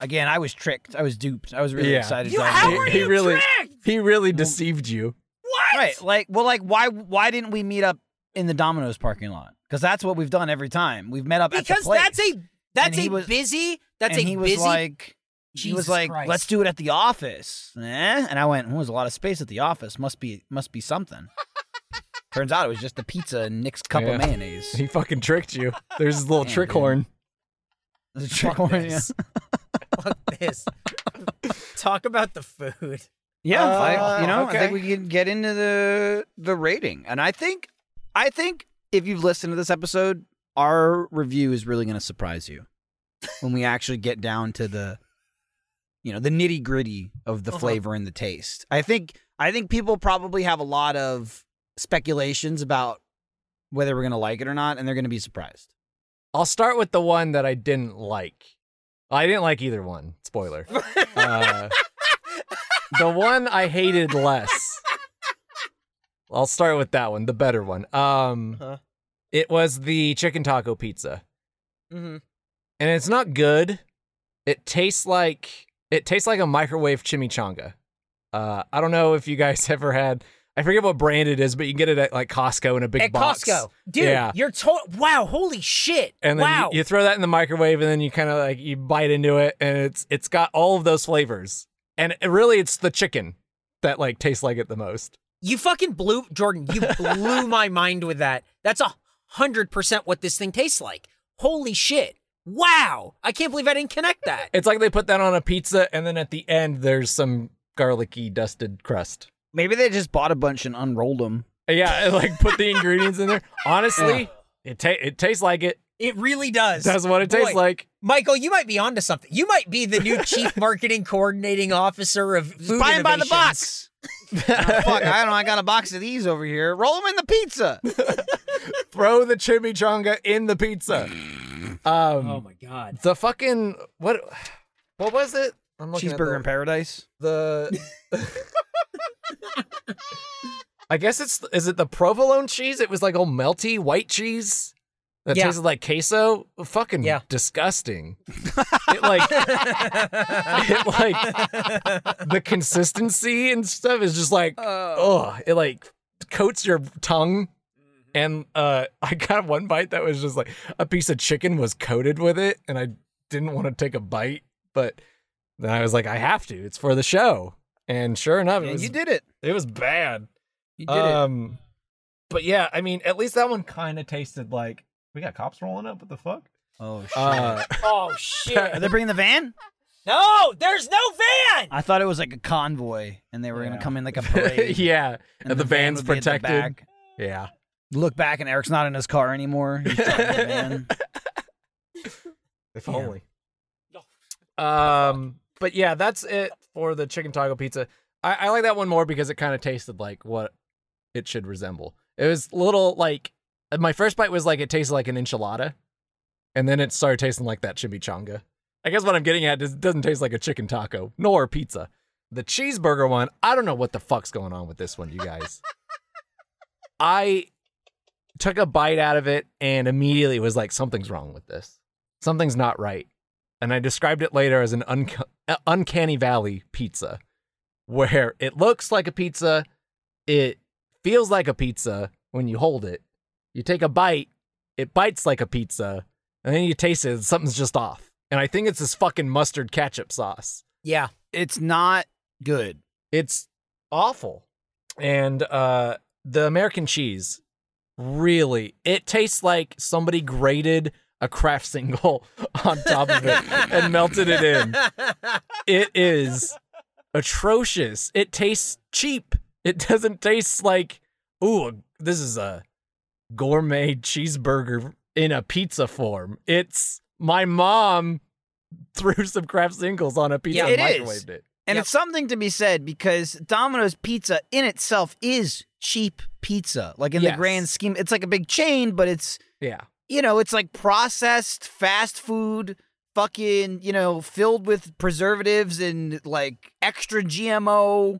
Again, I was tricked. I was duped. I was really Yeah. excited. you, driving how He- here. were he you really- tricked? He really deceived you. What? Right. Like, well, like, why? Why didn't we meet up in the Domino's parking lot? Because that's what we've done every time. We've met up at the Because place. that's a that's And he a was- busy that's and a he was busy. like, he Jesus was like, Christ. let's do it at the office. Eh? And I went, well, there's a lot of space at the office. Must be, must be something. Turns out it was just the pizza and Nick's cup Yeah. of mayonnaise. He fucking tricked you. There's his little Damn, trick dude. horn. It was a Fuck trick one, yeah. this. Fuck this. Talk about the food. Yeah, Uh, like, you know, I okay. think we can get into the the rating, and I think, I think if you've listened to this episode, our review is really going to surprise you when we actually get down to the, you know, the nitty gritty of the Uh-huh. flavor and the taste. I think, I think people probably have a lot of speculations about whether we're going to like it or not, and they're going to be surprised. I'll start with the one that I didn't like. I didn't like either one. Spoiler. Uh, the one I hated less. I'll start with that one, the better one. Um, Uh-huh. it was the chicken taco pizza, Mm-hmm. hmm and it's not good. It tastes like it tastes like a microwave chimichanga. Uh, I don't know if you guys ever had. I forget what brand it is, but you can get it at like Costco in a big At box. Costco, dude, Yeah. you're told. Wow, holy shit! and then you- wow, you, throw that in the microwave and then you kind of like you bite into it and it's it's got all of those flavors and it- really it's the chicken that like tastes like it the most You fucking blew Jordan, you blew my mind with that. That's a hundred percent what this thing tastes like. Holy shit. Wow, I can't believe I didn't connect that. It's like they put that on a pizza, and then at the end there's some garlicky dusted crust. Maybe they just bought a bunch and unrolled them. Yeah, and, like put the ingredients in there. Honestly, it ta- it tastes like it. It really does. That's what it tastes Boy. like. Michael, you might be onto something. You might be the new chief marketing coordinating officer of food Buy 'em by the innovations. box. Oh, fuck, I don't know. I got a box of these over here. Roll them in the pizza. Throw the chimichanga in the pizza. Um, Oh my god. the fucking what? What was it? I'm looking at Cheeseburger in the, paradise. the I guess it's is it the provolone cheese? It was like old melty white cheese that Yeah. tasted like queso. Fucking Yeah. disgusting. it like it like the consistency and stuff is just like oh it like coats your tongue. And uh, I got one bite that was just like a piece of chicken was coated with it, and I didn't want to take a bite, but then I was like, I have to. It's for the show. And sure enough, it Yeah, was you did it. it was bad. You did it. Um, but yeah, I mean, at least that one kind of tasted like we got cops rolling up. What the fuck? Oh shit. Uh, oh shit. Are they bringing the van? No, there's no van. I thought it was like a convoy, and they were Yeah. gonna come in like a parade. yeah, and the van van's would be at the protected. back. yeah. Look back, and Eric's not in his car anymore. He's driving the van. If Yeah. only. Um, but yeah, that's it for the chicken taco pizza. I, I like that one more because it kind of tasted like what it should resemble. It was a little like my first bite was like it tasted like an enchilada, and then it started tasting like that chimichanga. I guess what I'm getting at is it doesn't taste like a chicken taco nor a pizza. The cheeseburger one, I don't know what the fuck's going on with this one, you guys. I took a bite out of it and immediately was like, something's wrong with this. Something's not right and I described it later as an unc- uh, uncanny valley pizza, where it looks like a pizza, it feels like a pizza when you hold it. You take a bite, it bites like a pizza, and then you taste it, and something's just off. And I think it's this fucking mustard ketchup sauce. Yeah. It's not good. It's awful. And uh, the American cheese, really, it tastes like somebody grated a craft single on top of it and melted it in. It is atrocious. It tastes cheap. It doesn't taste like, ooh, this is a gourmet cheeseburger in a pizza form. It's my mom threw some craft singles on a pizza Yeah, and it microwaved is. it. And Yep. it's something to be said because Domino's pizza in itself is cheap pizza. Like in Yes. the grand scheme, it's like a big chain, but it's, Yeah. you know, it's like processed fast food, fucking, you know, filled with preservatives and like extra GMO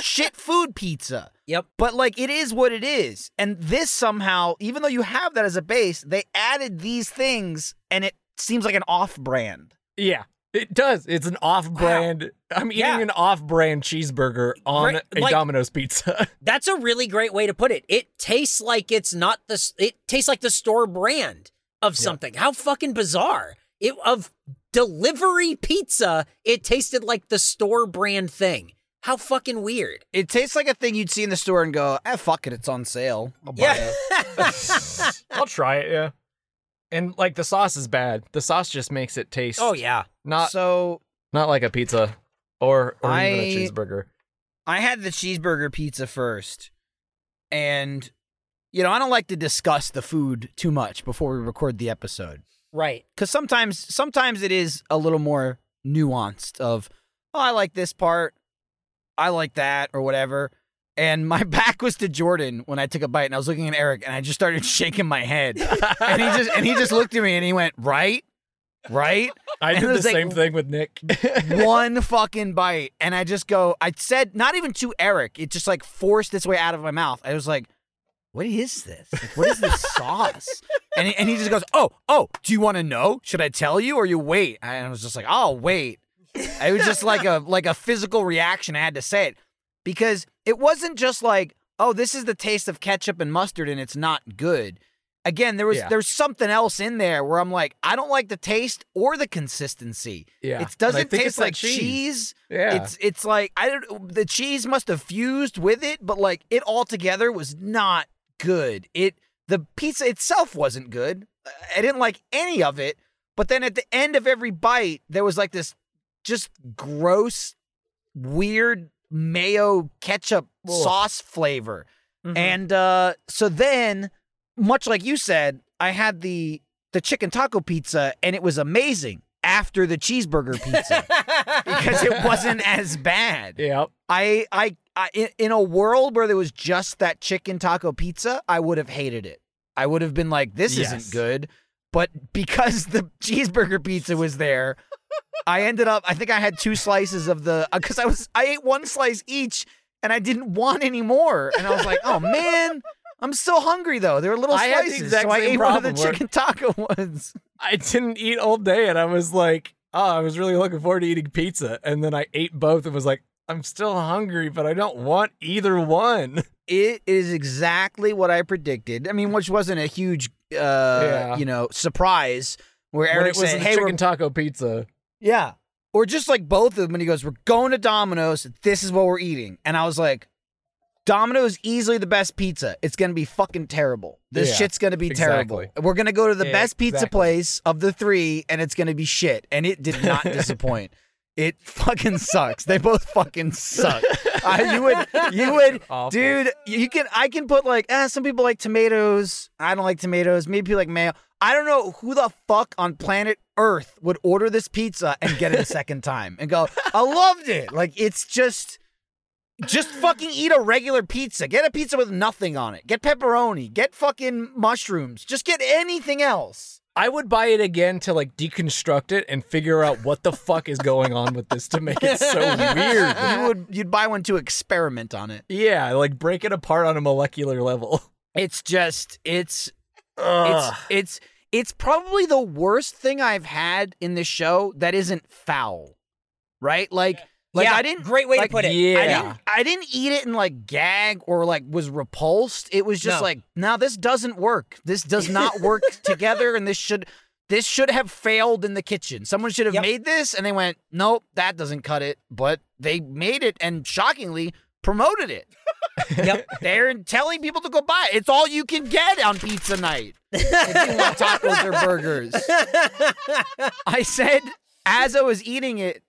shit food pizza. Yep. But like it is what it is. And this somehow, even though you have that as a base, they added these things and it seems like an off brand. Yeah. It does. It's an off-brand. I'm eating Yeah. an off-brand cheeseburger on Right, a like- Domino's pizza. That's a really great way to put it. It tastes like it's not the s- it tastes like the store brand of something. How fucking bizarre. It of delivery pizza, it tasted like the store brand thing. How fucking weird. It tastes like a thing you'd see in the store and go, eh, fuck it, it's on sale. I'll buy Yeah. it. I'll try it, yeah. And like the sauce is bad. The sauce just makes it taste oh yeah. not so Not like a pizza or, or even I- a cheeseburger. I had the cheeseburger pizza first. And, you know, I don't like to discuss the food too much before we record the episode. Right. because sometimes sometimes it is a little more nuanced of oh i like this part i like that or whatever and my back was to jordan when i took a bite and i was looking at eric and i just started shaking my head and he just and he just looked at me and he went right right I And did it the was like- same thing with Nick. one fucking bite and i just go i said not even to eric it just like forced its way out of my mouth i was like what is this Like, what is this sauce and he, and he just goes oh oh do you want to know should i tell you or you wait and i was just like oh wait it was just like a like a physical reaction i had to say it because it wasn't just like oh this is the taste of ketchup and mustard and it's not good again there was Yeah. there's something else in there where i'm like i don't like the taste or the consistency yeah. And I it doesn't think taste it's like, cheese. Yeah. It's it's like I don't. The cheese must have fused with it, but like it all together was not good. It the pizza itself wasn't good. I didn't like any of it. But then at the end of every bite, there was like this just gross, weird mayo ketchup Ugh. sauce flavor. Mm-hmm. Mhm. And uh, so then, much like you said, I had the the chicken taco pizza, and it was amazing after the cheeseburger pizza because it wasn't as bad. Yep. I, I, I in, in a world where there was just that chicken taco pizza, I would have hated it. I would have been like, this Yes. isn't good. But because the cheeseburger pizza was there, I ended up, I think I had two slices of the, because I was, I ate one slice each and I didn't want any more. And I was like, oh man, I'm so hungry though. There were little I slices. had the exact so I same ate one of the problem where- chicken taco ones. I didn't eat all day, and I was like, oh, I was really looking forward to eating pizza, and then I ate both and was like, I'm still hungry, but I don't want either one. it is exactly what I predicted. I mean, which wasn't a huge, uh, Yeah. you know, surprise. Where When Eric it was said, the "Hey, chicken we're taco pizza. yeah," or just like both of them, and he goes, "We're going to Domino's. This is what we're eating." And I was like, "Domino's easily the best pizza. It's gonna be fucking terrible. This Yeah, shit's gonna be terrible. exactly. We're gonna go to the Yeah, best pizza exactly. place of the three, and it's gonna be shit." And it did not disappoint. It fucking sucks. They both fucking suck. Uh, you would, you would, Awful. Dude, you can I can put like ah, some people like tomatoes. I don't like tomatoes. Maybe people like mayo. I don't know who the fuck on planet Earth would order this pizza and get it a second time and go, I loved it. Like it's just just fucking eat a regular pizza. Get a pizza with nothing on it. Get pepperoni. Get fucking mushrooms. Just get anything else. I would buy it again to like deconstruct it and figure out what the fuck is going on with this to make it so weird. You would you'd buy one to experiment on it. Yeah, like break it apart on a molecular level. It's just it's Ugh. It's it's it's probably the worst thing I've had in this show that isn't foul. Right? Like like yeah, I didn't Great way like, to put it. yeah. I I didn't- didn't I didn't eat it and like gag or like was repulsed. It was just No. like, now this doesn't work. This does not work together and this should this should have failed in the kitchen. Someone should have Yep. made this and they went, "Nope, that doesn't cut it." But they made it and shockingly promoted it. Yep. They're telling people to go buy it. It's all you can get on pizza night. if you want tacos or burgers. I said as I was eating it,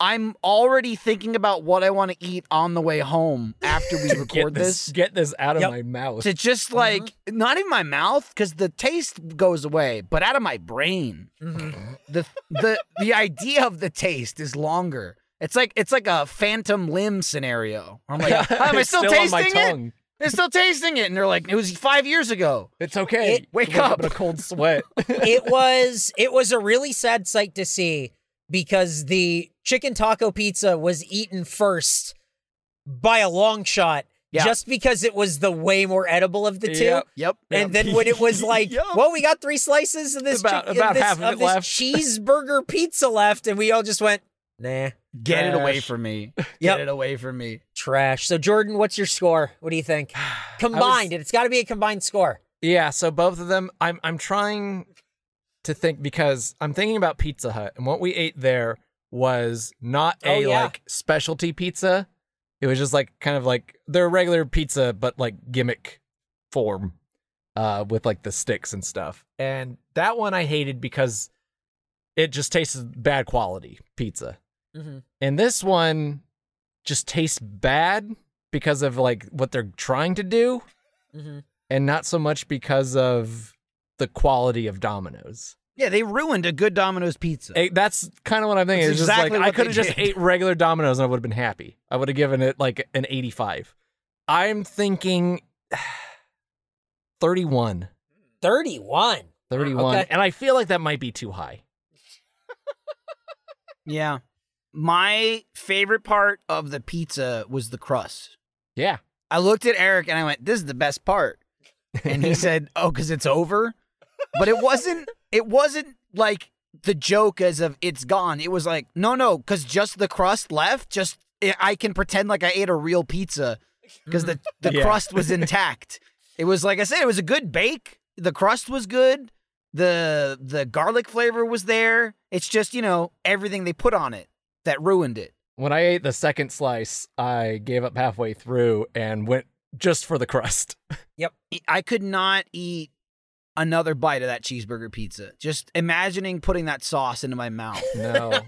I'm already thinking about what I want to eat on the way home after we Get uh-huh. record this, this. get this out of Yep. my mouth. To just like not in my mouth because the taste goes away, but out of my brain. Mm-hmm. Mhm. The the the idea of the taste is longer. It's like it's like a phantom limb scenario. I'm like, Yeah, am I it's still, on my tasting it? tongue. They're still tasting it, and they're like, it was five years ago. It's okay. It- Wake up. in a cold sweat. it was it was a really sad sight to see because the chicken taco pizza was eaten first by a long shot Yeah. just because it was the way more edible of the two. Yep. Yep. And then when it was like, Yep. well, we got three slices of this, About- chick- about of this, half of of it this left. cheeseburger pizza left, and we all just went, nah, Get it away Trash. from me. Yep. Get it away from me. trash. So Jordan, what's your score? What do you think? Combined, it's got to be a combined score. Yeah, so both of them I'm I'm trying to think because I'm thinking about Pizza Hut and what we ate there was not Oh, a yeah. like specialty pizza. It was just like kind of like their regular pizza but like gimmick form uh with like the sticks and stuff. And that one I hated because it just tasted bad quality pizza. Mhm. And this one just tastes bad because of like what they're trying to do Mhm. and not so much because of the quality of Domino's. Yeah, they ruined a good Domino's pizza. Eh, that's kind of what I'm thinking. That's it's exactly just like I what could have they just did. ate regular Domino's and I would have been happy. I would have given it like an 85. I'm thinking 31. 31. 31. Okay. And I feel like that might be too high. Yeah. My favorite part of the pizza was the crust. Yeah. I looked at Eric and I went, "This is the best part." And he said, "Oh, cuz it's over." But it wasn't it wasn't like the joke as of it's gone. It was like, "No, no, cuz just the crust left. Just I I can pretend like I ate a real pizza cuz Mm-hmm. the the Yeah. crust was intact." It was like I said, it was a good bake. The crust was good. The the garlic flavor was there. It's just, you know, everything they put on it that ruined it. When I ate the second slice, I gave up halfway E, through and went just for the crust. I could not eat. another bite of that cheeseburger pizza. Just imagining putting that sauce into my mouth. No.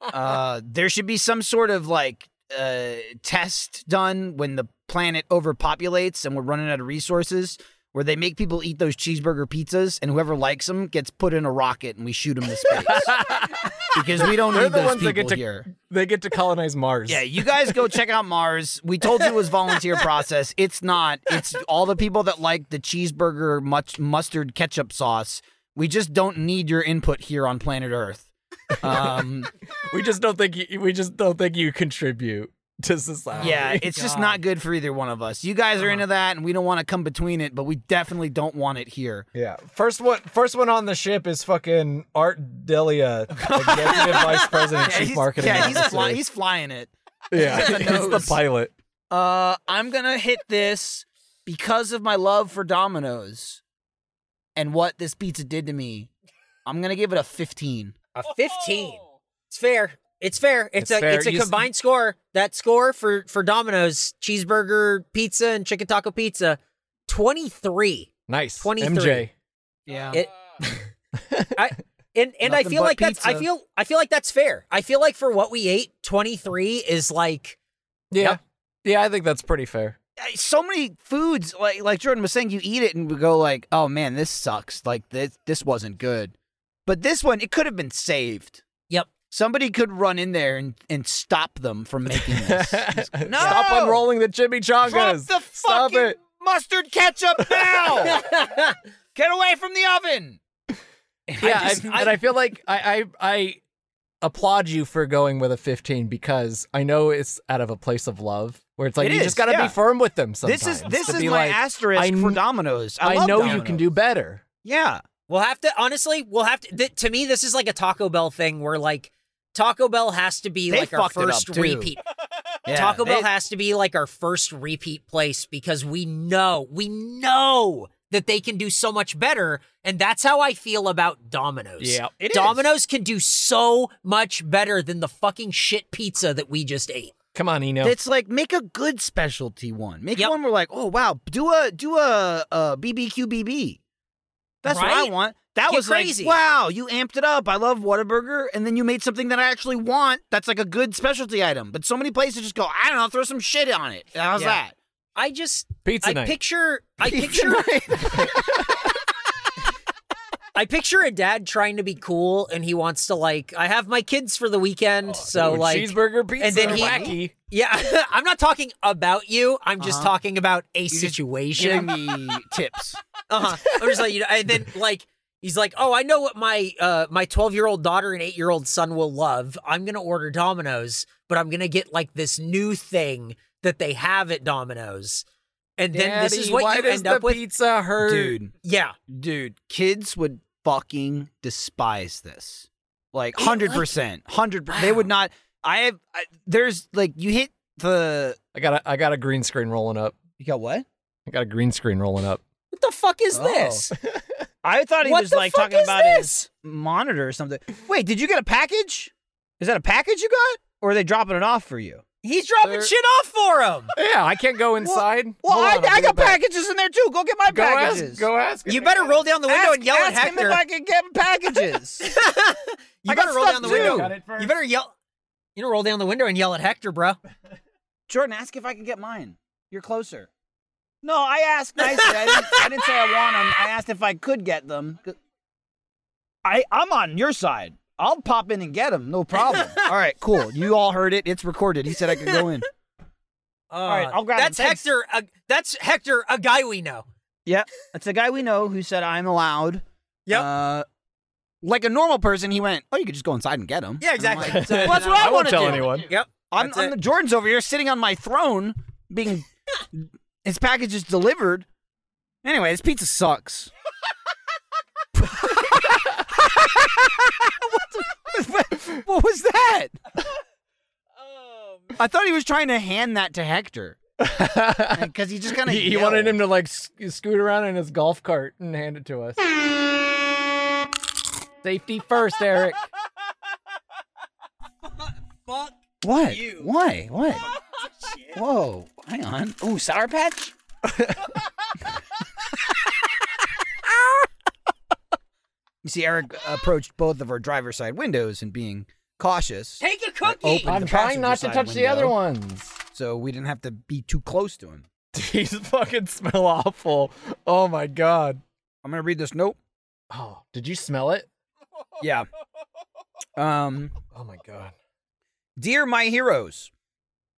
Uh, there should be some sort of like uh, test done when the planet overpopulates and we're running out of resources where they make people eat those cheeseburger pizzas and whoever likes them gets put in a rocket and we shoot them to space because we don't They're need the those ones people that get to- here. they get to colonize Mars. Yeah, you guys go check out Mars. We told you it was volunteer process. It's not. It's all the people that like the cheeseburger much mustard ketchup sauce. We just don't need your input here on planet Earth. Um, We just don't think you, we just don't think you contribute to society. yeah, it's just not good for either one of us. You guys are into that, and we don't want to come between it, but we definitely don't want it here. Yeah. First one first one on the ship is fucking Art Delia, executive vice president, Yeah, chief he's- marketing yeah, he's, officer. fly- he's flying it. yeah, got the it's the nose. pilot. Uh, I'm gonna hit this because of my love for Domino's and what this pizza did to me. I'm gonna give it a 15. A 15. It's fair. It's fair. It's, It's a fair. it's a You s- combined score. That score for for Domino's cheeseburger pizza and chicken taco pizza 23. Nice. 23. MJ. Yeah. It- I and and I Nothing feel but like that's I pizza. feel I feel like that's fair. I feel like for what we ate, 23 is like Yeah. Yeah, I think that's pretty fair. I- so many foods like like Jordan was saying you eat it and we go like, "Oh man, this sucks. Like this this wasn't good." But this one it could have been saved. Yep. Somebody could run in there and, and stop them from making this. No! Stop unrolling the chimichangas. Drop the Stop fucking it. mustard ketchup now. Get away from the oven. yeah, I just- and I feel like I, I I applaud you for going with a 15 because I know it's out of a place of love where it's like It you is, just got to yeah. be firm with them sometimes. This is this to is be my like, asterisk I for kn- Domino's. I, I, love know you Domino's. can do better. Yeah. We'll have to honestly, we'll have to. Th- to me, this is like a Taco Bell thing where like Taco Bell has to be They like our fucked it up, first too. repeat. yeah. Taco Bell They- has to be like our first repeat place because we know, we know that they can do so much better. And that's how I feel about Domino's. Yeah. It is. Domino's can do so much better than the fucking shit pizza that we just ate. Come on, Eno. It's like make a good specialty one. Make Yep. one where like, oh wow, do a do a, uh, a BBQ BB. That's what I Right? want. That Get was crazy. like, wow, you amped it up. I love Whataburger, and then you made something that I actually want. That's like a good specialty item. But so many places just go, I don't know, throw some shit on it. How's Yeah. that? I just, Pizza I night. picture, I picture, I picture a dad trying to be cool and he wants to like, I have my kids for the weekend. so Ooh, like, cheeseburger pizza and then he- wacky. yeah, I'm not talking about you. I'm just Uh-huh. talking about a just situation. Giving me tips. Uh-huh. I'm just like, you know, and then like he's like, "Oh, I know what my uh my 12-year-old daughter and 8-year-old son will love. I'm going to order Domino's, but I'm going to get like this new thing that they have at Domino's." And then this is Daddy, what why you does end the up with. pizza hurt? Dude. Yeah. dude, kids would fucking despise this. Like hundred percent, hundred. They would not. I have. I, there's like you hit the. I got a, I got a green screen rolling up. You got what? I got a green screen rolling up. What the fuck is Oh. this? I thought he What was the like fuck talking is about this? his monitor or something. Wait, did you get a package? Is that a package you got, or are they dropping it off for you? He's dropping They're- shit off for him. Yeah, I can't go inside. Well, Hold on, I, I'll I be got right back. packages in there too. Go get my Go packages. ask. Go ask. You better roll down the window Ask- and yell at ask him Hector. if I can get him packages. you I got better roll stuff down the too. window. Got it first. You better yell You know roll down the window and yell at Hector, bro. Jordan, ask if I can get mine. You're closer. No, I asked nicely. I didn't, I didn't say I want them. I asked if I could get them. I, I'm on your side. I'll pop in and get them. No problem. all right, cool. You all heard it. It's recorded. He said I could go in. All right, I'll grab him. Uh, That's Thanks. Hector. A, that's Hector, a guy we know. Yep. It's a guy we know who said I'm allowed. Yep. Uh, like a normal person, he went, Oh, you could just go inside and get them. Yeah, exactly. I'm, like, So, well, that's no, what I, I want won't to tell do. anyone. Yep. I'm, That's I'm it. Jordan's over here sitting on my throne, being his package is delivered. Anyway, this pizza sucks. what, the- what was that? Um. I thought he was trying to hand that to Hector because he just kind of he, he wanted him to like sc- scoot around in his golf cart and hand it to us. Safety first, Eric. Fuck. What? you. Why? What? Whoa! Hang on. Ooh, sour patch. You see, Eric approached both of our driver's side windows and being cautious, Take a cookie. Open. I'm the trying not to passenger side touch the window. other ones. so we didn't have to be too close to him. These fucking smell awful. Oh my god. I'm gonna read this note. Oh, did you smell it? Yeah. Um, Oh my god. dear my heroes,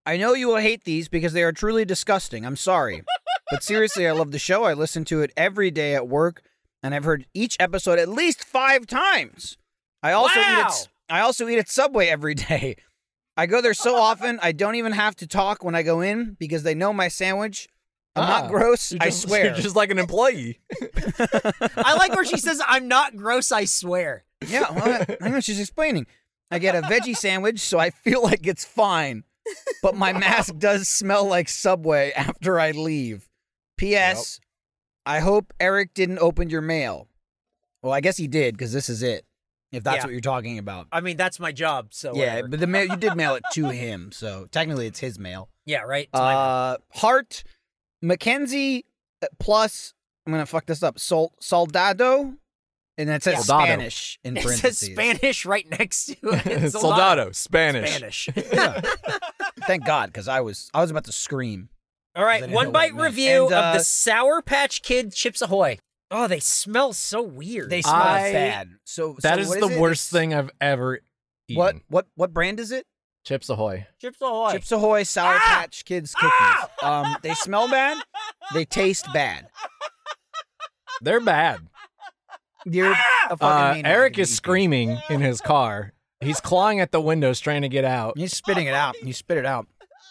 I know you will hate these because they are truly disgusting. I'm sorry, but seriously, I love the show. I listen to it every day at work, and I've heard each episode at least five times. I also eat at, s- I also eat at Subway every day. I go there so often, I don't even have to talk when I go in because they know my sandwich. I'm Ah, not gross. You're I just- swear. You're just like an employee. I like where she says, "I'm not gross. I swear." Yeah, well, I- I know she's explaining. I get a veggie sandwich, so I feel like it's fine. But my mask does smell like Subway after I leave. P.S. I hope Eric didn't open your mail. Well, I guess he did because this is it. If that's Yeah. what you're talking about. I mean, that's my job. So yeah, whatever. but the mail you did mail it to him, so technically it's his mail. yeah, right. It's my bad. Uh, Hart, Mackenzie, uh, plus I'm gonna fuck this up. Sol- Soldado, and that says Yeah. Soldado. Spanish in it parentheses. says Spanish right next to it. Soldado, Spanish. Spanish. Thank God, because I was I was about to scream. All I right, didn't know one what it bite meant. review And, of uh, the Sour Patch Kid Chips Ahoy. Oh, they smell so weird. They smell I- bad. So That so is what the it? worst It's- thing I've ever eaten. What what what brand is it? Chips Ahoy. Chips Ahoy. Chips Ahoy Sour Ah! Patch Kids cookies. Ah! Um, they smell bad. They taste bad. They're bad. You're a fucking Uh, maniac if Eric you is eat these. screaming in his car. He's clawing at the windows trying to get out. He's spitting it out. You spit it out.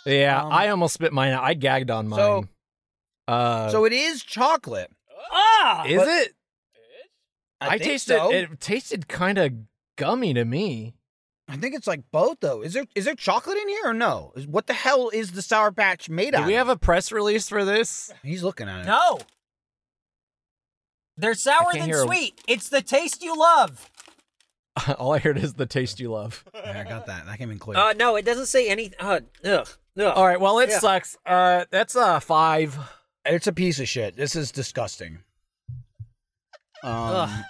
Yeah, Um, I almost spit mine out. I gagged on mine. So- uh, so it is chocolate. Ah! is but- it? I, think tasted so. it tasted kind of gummy to me. I think it's like both though. Is there is there chocolate in here or no? Is- What the hell is the sour patch made out? Do we of? have a press release for this? He's looking at it. no. They're sour I can't than hear a- sweet. It's the taste you love. All I heard is the taste you love. Yeah, I got that. That came in clear. Uh, no, it doesn't say anything. Uh, ugh. Ugh. All right, well it Yeah. sucks. Uh, that's a five. it's a piece of shit. This is disgusting. Um, Ugh.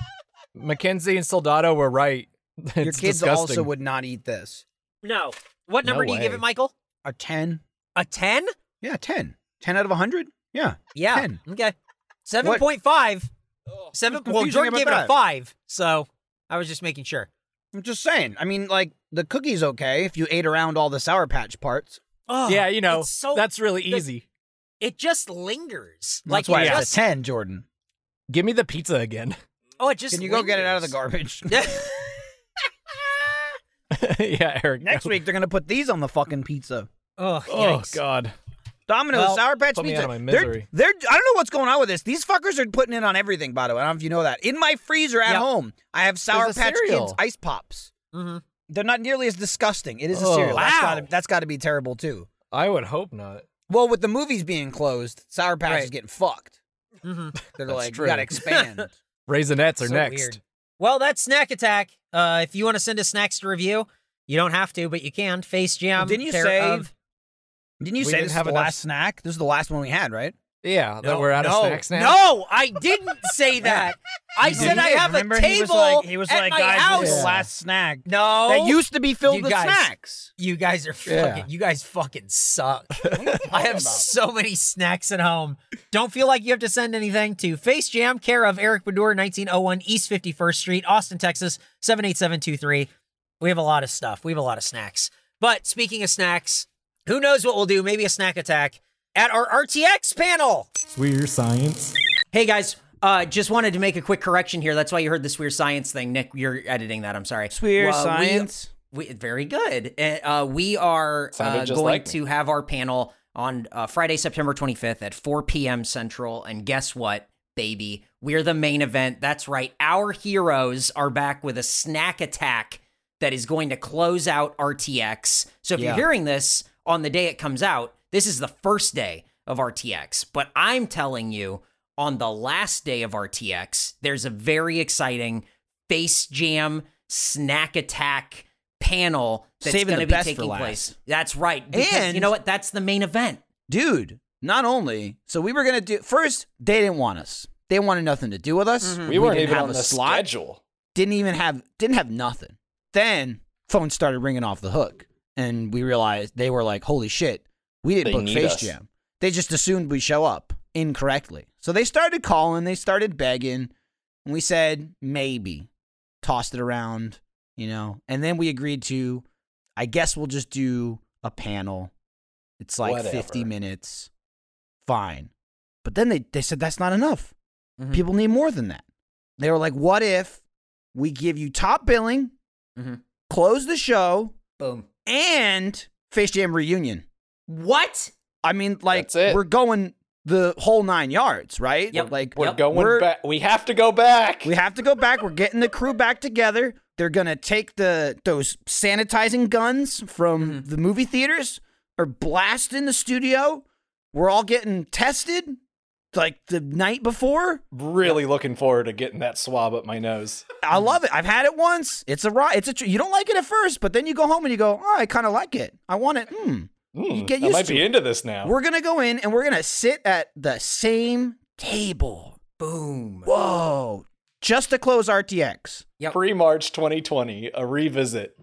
Mackenzie and Soldado were right. It's Your kids disgusting. also would not eat this. No. What No number do you give way. it, Michael? A 10? A 10? Yeah, 10. 10 out of 100? Yeah. Yeah. 10. Okay. 7.5. Seven. What's Well, confusing Jordan about gave it a that? five, so I was just making sure. I'm just saying. I mean, like, the cookie's okay if you ate around all the Sour Patch parts. Oh, Yeah, you know, it's so, that's really the- easy. it just lingers. That's like why it it's just, a 10, Jordan. Give me the pizza again. Oh, it just. Can you go get it out of the lingers. garbage? yeah, Eric. Next go. week, they're going to put these on the fucking pizza. oh, Oh yikes. god. Domino's Well, Sour Patch put me Pizza. out of my They're- misery. They're, I don't know what's going on with this. These fuckers are putting it on everything, by the way. I don't know if you know that. In my freezer at Yeah. home, I have Sour There's a Patch cereal. Kids Ice Pops. Mhm. They're not nearly as disgusting. It is a Oh. cereal. That's Wow. gotta- That's got to be terrible, too. I would hope not. Well, with the movies being closed, Sour Patch is Right. getting fucked. Mhm. They're That's like, true. we gotta expand. Raisinets are So next. weird. Well, that's Snack Attack. Uh, if you want to send us snacks to review, you don't have to, but you can. Face Jam. Didn't you care say- of- Didn't We you say didn't this is have the enough- last snack? This is the last one we had, right? Yeah, that No, we're out no, of snacks now. No, I didn't say that. I You said I did. have Remember, a he table was like, he was at like, my guys, this house. is the Yeah. last snack No, that used to be filled You with guys- snacks. You guys are fucking. Yeah. You guys fucking suck. What are you I talking have about? so many snacks at home. Don't feel like you have to send anything to Face Jam, care of Eric Bedour, 1901 East 51st Street, Austin, Texas, 78723. We have a lot of stuff. We have a lot of snacks. But speaking of snacks, who knows what we'll do? Maybe a snack attack at our RTX panel. Weird science. Hey guys, uh, just wanted to make a quick correction here. That's why you heard the Swear Science thing. Nick, you're editing that. I'm sorry. Weird Uh, we- science. we, very good. Uh, we are Sounded uh, just going like me. to have our panel on uh, Friday, September 25th at 4 p.m. Central. And guess what, baby? We're the main event. That's right. Our heroes are back with a snack attack that is going to close out RTX. So if Yeah. you're hearing this on the day it comes out, this is the first day of RTX. But I'm telling you, on the last day of RTX, there's a very exciting Face Jam snack attack panel that's Saving going the to be best for taking last. place. That's right. Because And- you know what? That's the main event. Dude, not only, so we were gonna do, first, they didn't want us. They wanted nothing to do with us. Mm-hmm. We weren't didn't even have on a the slot. schedule. didn't even have didn't have nothing. Then phones started ringing off the hook, and we realized they were like, "Holy shit, we didn't They book need Face us. Jam. They just assumed we show up incorrectly." So they started calling, they started begging, and we said maybe, tossed it around, you know, and then we agreed to, I guess we'll just do a panel. It's like fifty Whatever. minutes. Fine. But then they, they said that's not enough. Mm-hmm. Mhm. People need more than that. They were like, what if we give you top billing, Mm-hmm. Mhm. close the show, Boom. and Face Jam reunion? What? I mean, like, That's it. we're going the whole nine yards, right? Yep. Like, We're Yep. going We're- back. We have to go back. we have to go back. We're getting the crew back together. They're gonna take the those sanitizing guns from Mm-hmm. the movie theaters or blast in the studio. We're all getting tested like the night before. really looking forward to getting that swab up my nose. I love it. I've had it once. It's a raw. It's a. Tr- you don't like it at first, but then you go home and you go, oh, I kind of like it. I want it. Mm. Mm, You get I used might to be it. into this now. We're gonna go in and we're gonna sit at the same table. Boom. Whoa! Just to close RTX. Yep. Pre March 2020, a revisit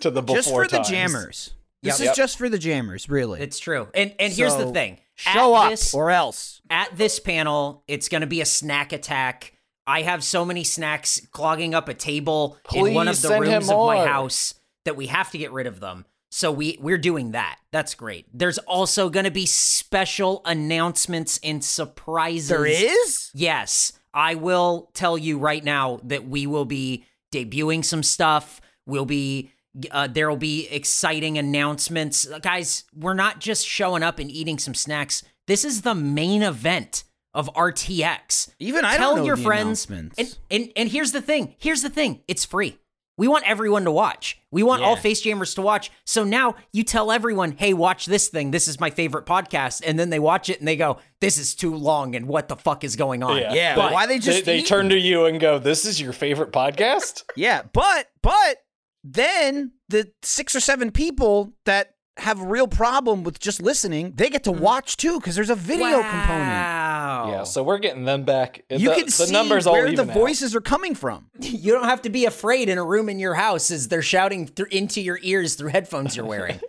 to the before just for times. the jammers. Yep. This Yep. is just for the jammers, really. It's true. And and here's the So, thing. Show At up this- or else. at this panel, it's going to be a snack attack. I have so many snacks clogging up a table in one of Please the send him rooms of my more. house that we have to get rid of them. So we we're doing that. That's great. There's also going to be special announcements and surprises. There is? Yes, I will tell you right now that we will be debuting some stuff. We'll be uh, there will be exciting announcements. Uh, Guys, we're not just showing up and eating some snacks. This is the main event of RTX. Even I tell don't know your the friends. announcements. And, and and here's the thing. Here's the thing. It's free. We want everyone to watch. We want all Yeah. face jammers to watch. So now you tell everyone, "Hey, watch this thing. This is my favorite podcast." And then they watch it and they go, "This is too long and what the fuck is going on?" Yeah. yeah, but why they They, just they eat? turn to you and go, This is your favorite podcast? Yeah, but but then the six or seven people that have a real problem with just listening, they get to watch too because there's a video component. Wow. Yeah, so we're getting them back. Oh. You the, can the see numbers all where the even out. voices are coming from. you don't have to be afraid in a room in your house as they're shouting thr- into your ears through headphones you're wearing.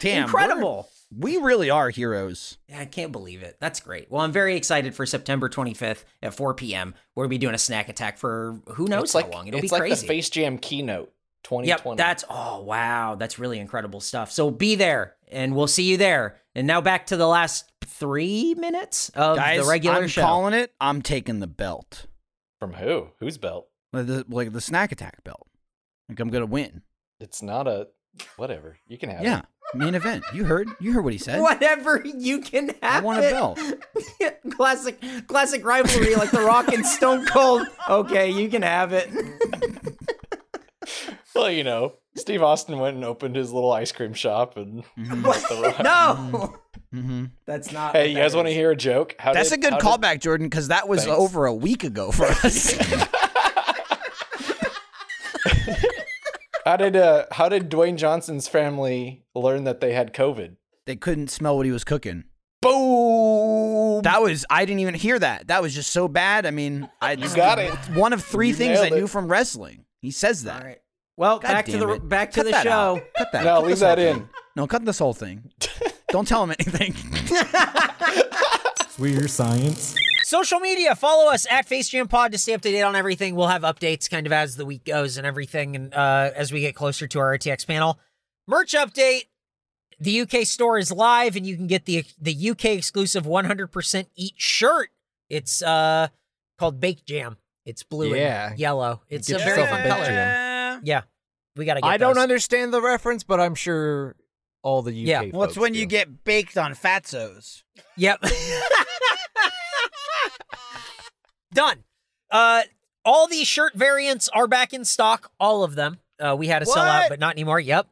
Damn, Incredible. we're- We really are heroes. Yeah, I can't believe it. That's great. Well, I'm very excited for September 25th at 4 p.m. We'll be doing a snack attack for who knows It's how like, long. It'll it's be like crazy. the Face Jam keynote 2020. Yep, that's oh wow, that's really incredible stuff. So be there, and we'll see you there. And now back to the last three minutes of Guys, the regular I'm show. calling it. I'm taking the belt, From who? Whose belt? like the, like the snack attack belt. Like I'm gonna win. It's not a. Whatever. You can have Yeah, it. main event. You heard. You heard what he said. Whatever you can I have. want a it. belt. classic, classic rivalry like The Rock and Stone Cold. Okay, you can have it. Well, you know, Steve Austin went and opened his little ice cream shop. and no, Mm-hmm. that's not. Hey, you guys want to hear a joke? How That's did- a good how did- callback, Jordan, because that was Thanks. over a week ago for us. How did uh how did Dwayne Johnson's family learn that they had COVID? they couldn't smell what he was cooking. Boom! That was I didn't even hear that. That was just so bad. I mean, I You got it. One of three You things I nailed it. knew from wrestling. He says All that. right. Well, God back to damn the it. back to Cut the that show. out. Cut that. No, Cut leave this whole that thing. in. No, cut this whole thing. Don't tell him anything. Weird science. Social media, follow us at FaceJamPod to stay up to date on everything. We'll have updates kind of as the week goes and everything, and uh, as we get closer to our RTX panel. Merch update: the UK store is live, and you can get the the UK exclusive 100% Eat shirt. It's uh called Baked Jam. It's blue Yeah. and yellow. It's Get a very yourself a fun Baked color. Jam. Yeah, we gotta. get I don't those. understand the reference, but I'm sure all the UK. Yeah. well, it's folks when do. you get baked on fatzos. Yep. Done. Uh, all these shirt variants are back in stock. All of them. Uh, we had a sellout, What? but not anymore. Yep.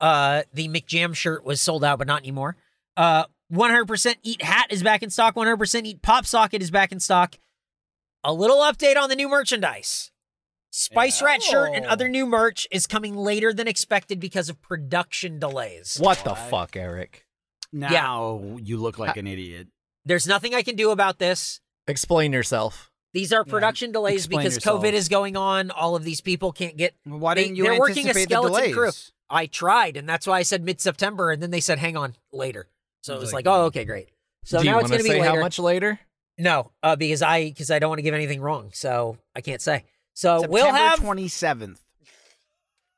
Uh, the McJam shirt was sold out, but not anymore. Uh, 100% Eat Hat is back in stock. 100% Eat Pop Socket is back in stock. A little update on the new merchandise. Spice Rat shirt and Oh. other new merch is coming later than expected because of production delays. What the fuck, Eric? you look like an idiot. There's nothing I can do about this. Explain yourself. These are production delays Explain because yourself. COVID is going on. All of these people can't get. Why They- didn't you they're working a anticipate the skeleton delays? crew. I tried, and that's why I said mid September, and then they said, "Hang on, later." So it was like, "Oh, okay, great." So Do you now it's want to going to be say later. how much later? No, uh, because I because I don't want to give anything wrong, so I can't say. So Uh, we'll September have 27th.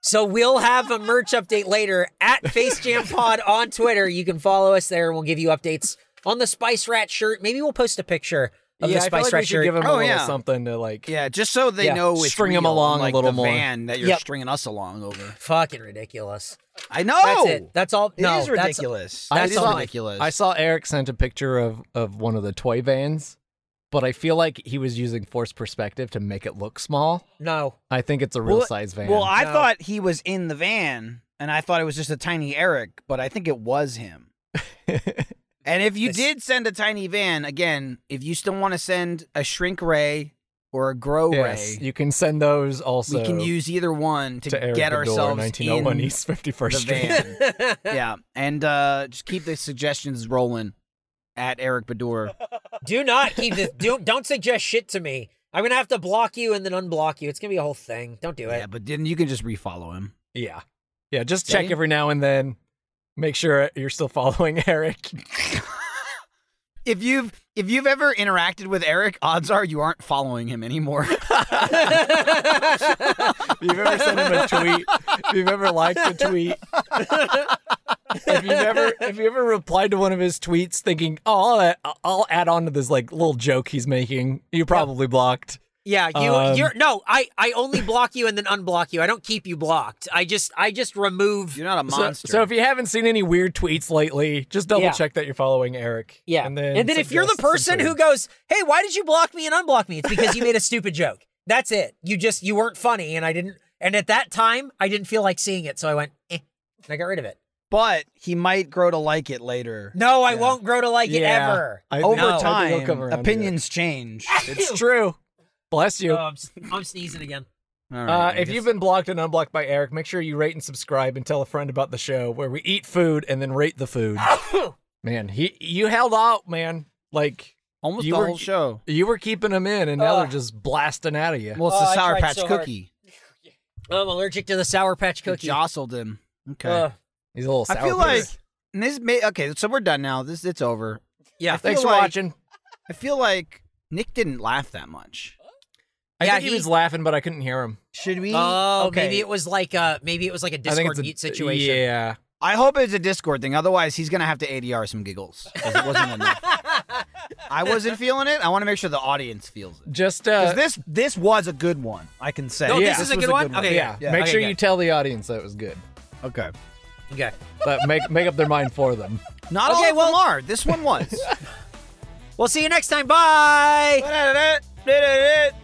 so we'll have a merch update later at Face Jam Pod on Twitter. You can follow us there, and we'll give you updates on the Spice Rat shirt. Maybe we'll post a picture of the yeah, I feel Spice like Rat we should shirt. give him a Oh, little yeah. something to like. Yeah, just so they Yeah. know it's String 'em real, along a like little the more. van that you're Yep. stringing us along over. Fucking ridiculous. I know. That's Oh! it. That's all. It no, is that's- ridiculous. I That is saw- ridiculous. I saw Eric sent a picture of of one of the toy vans, but I feel like he was using forced perspective to make it look small. no. I think it's a real Well, size van. Well, I No. thought he was in the van, and I thought it was just a tiny Eric, but I think it was him. and if you This- did send a tiny van, again, if you still want to send a shrink ray or a grow yes, ray, you can send those also. we can use either one to, to Eric get Bedore, ourselves 1901 in East 51st the Street. van. yeah, and uh, just keep the suggestions rolling at Eric Bador. Do not keep this. Do, don't suggest shit to me. I'm gonna have to block you and then unblock you. It's gonna be a whole thing. Don't do it. yeah, but then you can just refollow him. Yeah. Yeah, just Yeah, check you- every now and then. Make sure you're still following Eric. If you've if you've ever interacted with Eric, odds are you aren't following him anymore. If you've ever sent him a tweet, if you've ever liked a tweet, if you've ever if you ever replied to one of his tweets thinking, "Oh, I'll add, I'll add on to this like little joke he's making," you're probably blocked. Yeah, you Um, you're no, I I only block you and then unblock you. I don't keep you blocked. I just I just remove You're not a So- monster. So, if you haven't seen any weird tweets lately, just double Yeah. check that you're following Eric. yeah. and then if you're the suggest some person who tweets. goes, "Hey, why did you block me and unblock me?" It's because you made a stupid joke. That's it. You just you weren't funny and I didn't and at that time I didn't feel like seeing it, so I went eh, and I got rid of it. but he might grow to like it later. No, I Yeah. won't grow to like it Yeah. ever. I- Over No. I think he'll come time, around to it. opinions change. it's true. Bless you. Oh, I'm, s- I'm sneezing again. All Uh, right, I if guess- you've been blocked and unblocked by Eric, make sure you rate and subscribe and tell a friend about the show where we eat food and then rate the food. man, he you held out, man. Like almost you the were- whole show. you were keeping them in, and now Ugh. they're just blasting out of you. Well, it's Oh, the I Sour tried Patch so hard. Cookie. I'm allergic to the Sour Patch It cookie. Uh, jostled him. Okay. Ugh. He's a little. I Sour feel like piece. and this may okay. So we're done now. This it's over. yeah. feel Thanks for like- watching. I feel like Nick didn't laugh that much. I Yeah, think he, he- was laughing, but I couldn't hear him. Should we? Oh, okay. maybe it was like uh maybe it was like a I think Discord it's a mute situation. Yeah, I hope it's a Discord thing. Otherwise, he's gonna have to ADR some giggles. 'cause It wasn't enough. I wasn't feeling it. I want to make sure the audience feels it. just 'Cause uh, this this was a good one. I can say. No, Yeah. oh, this is a was good one. Okay, yeah. yeah. Make Okay, sure good. you tell the audience that it was good, Okay. Okay. but make make up their mind for them. Not Okay, all of well- them are. This one was. We'll see you next time. Bye. Da-da-da, da-da-da.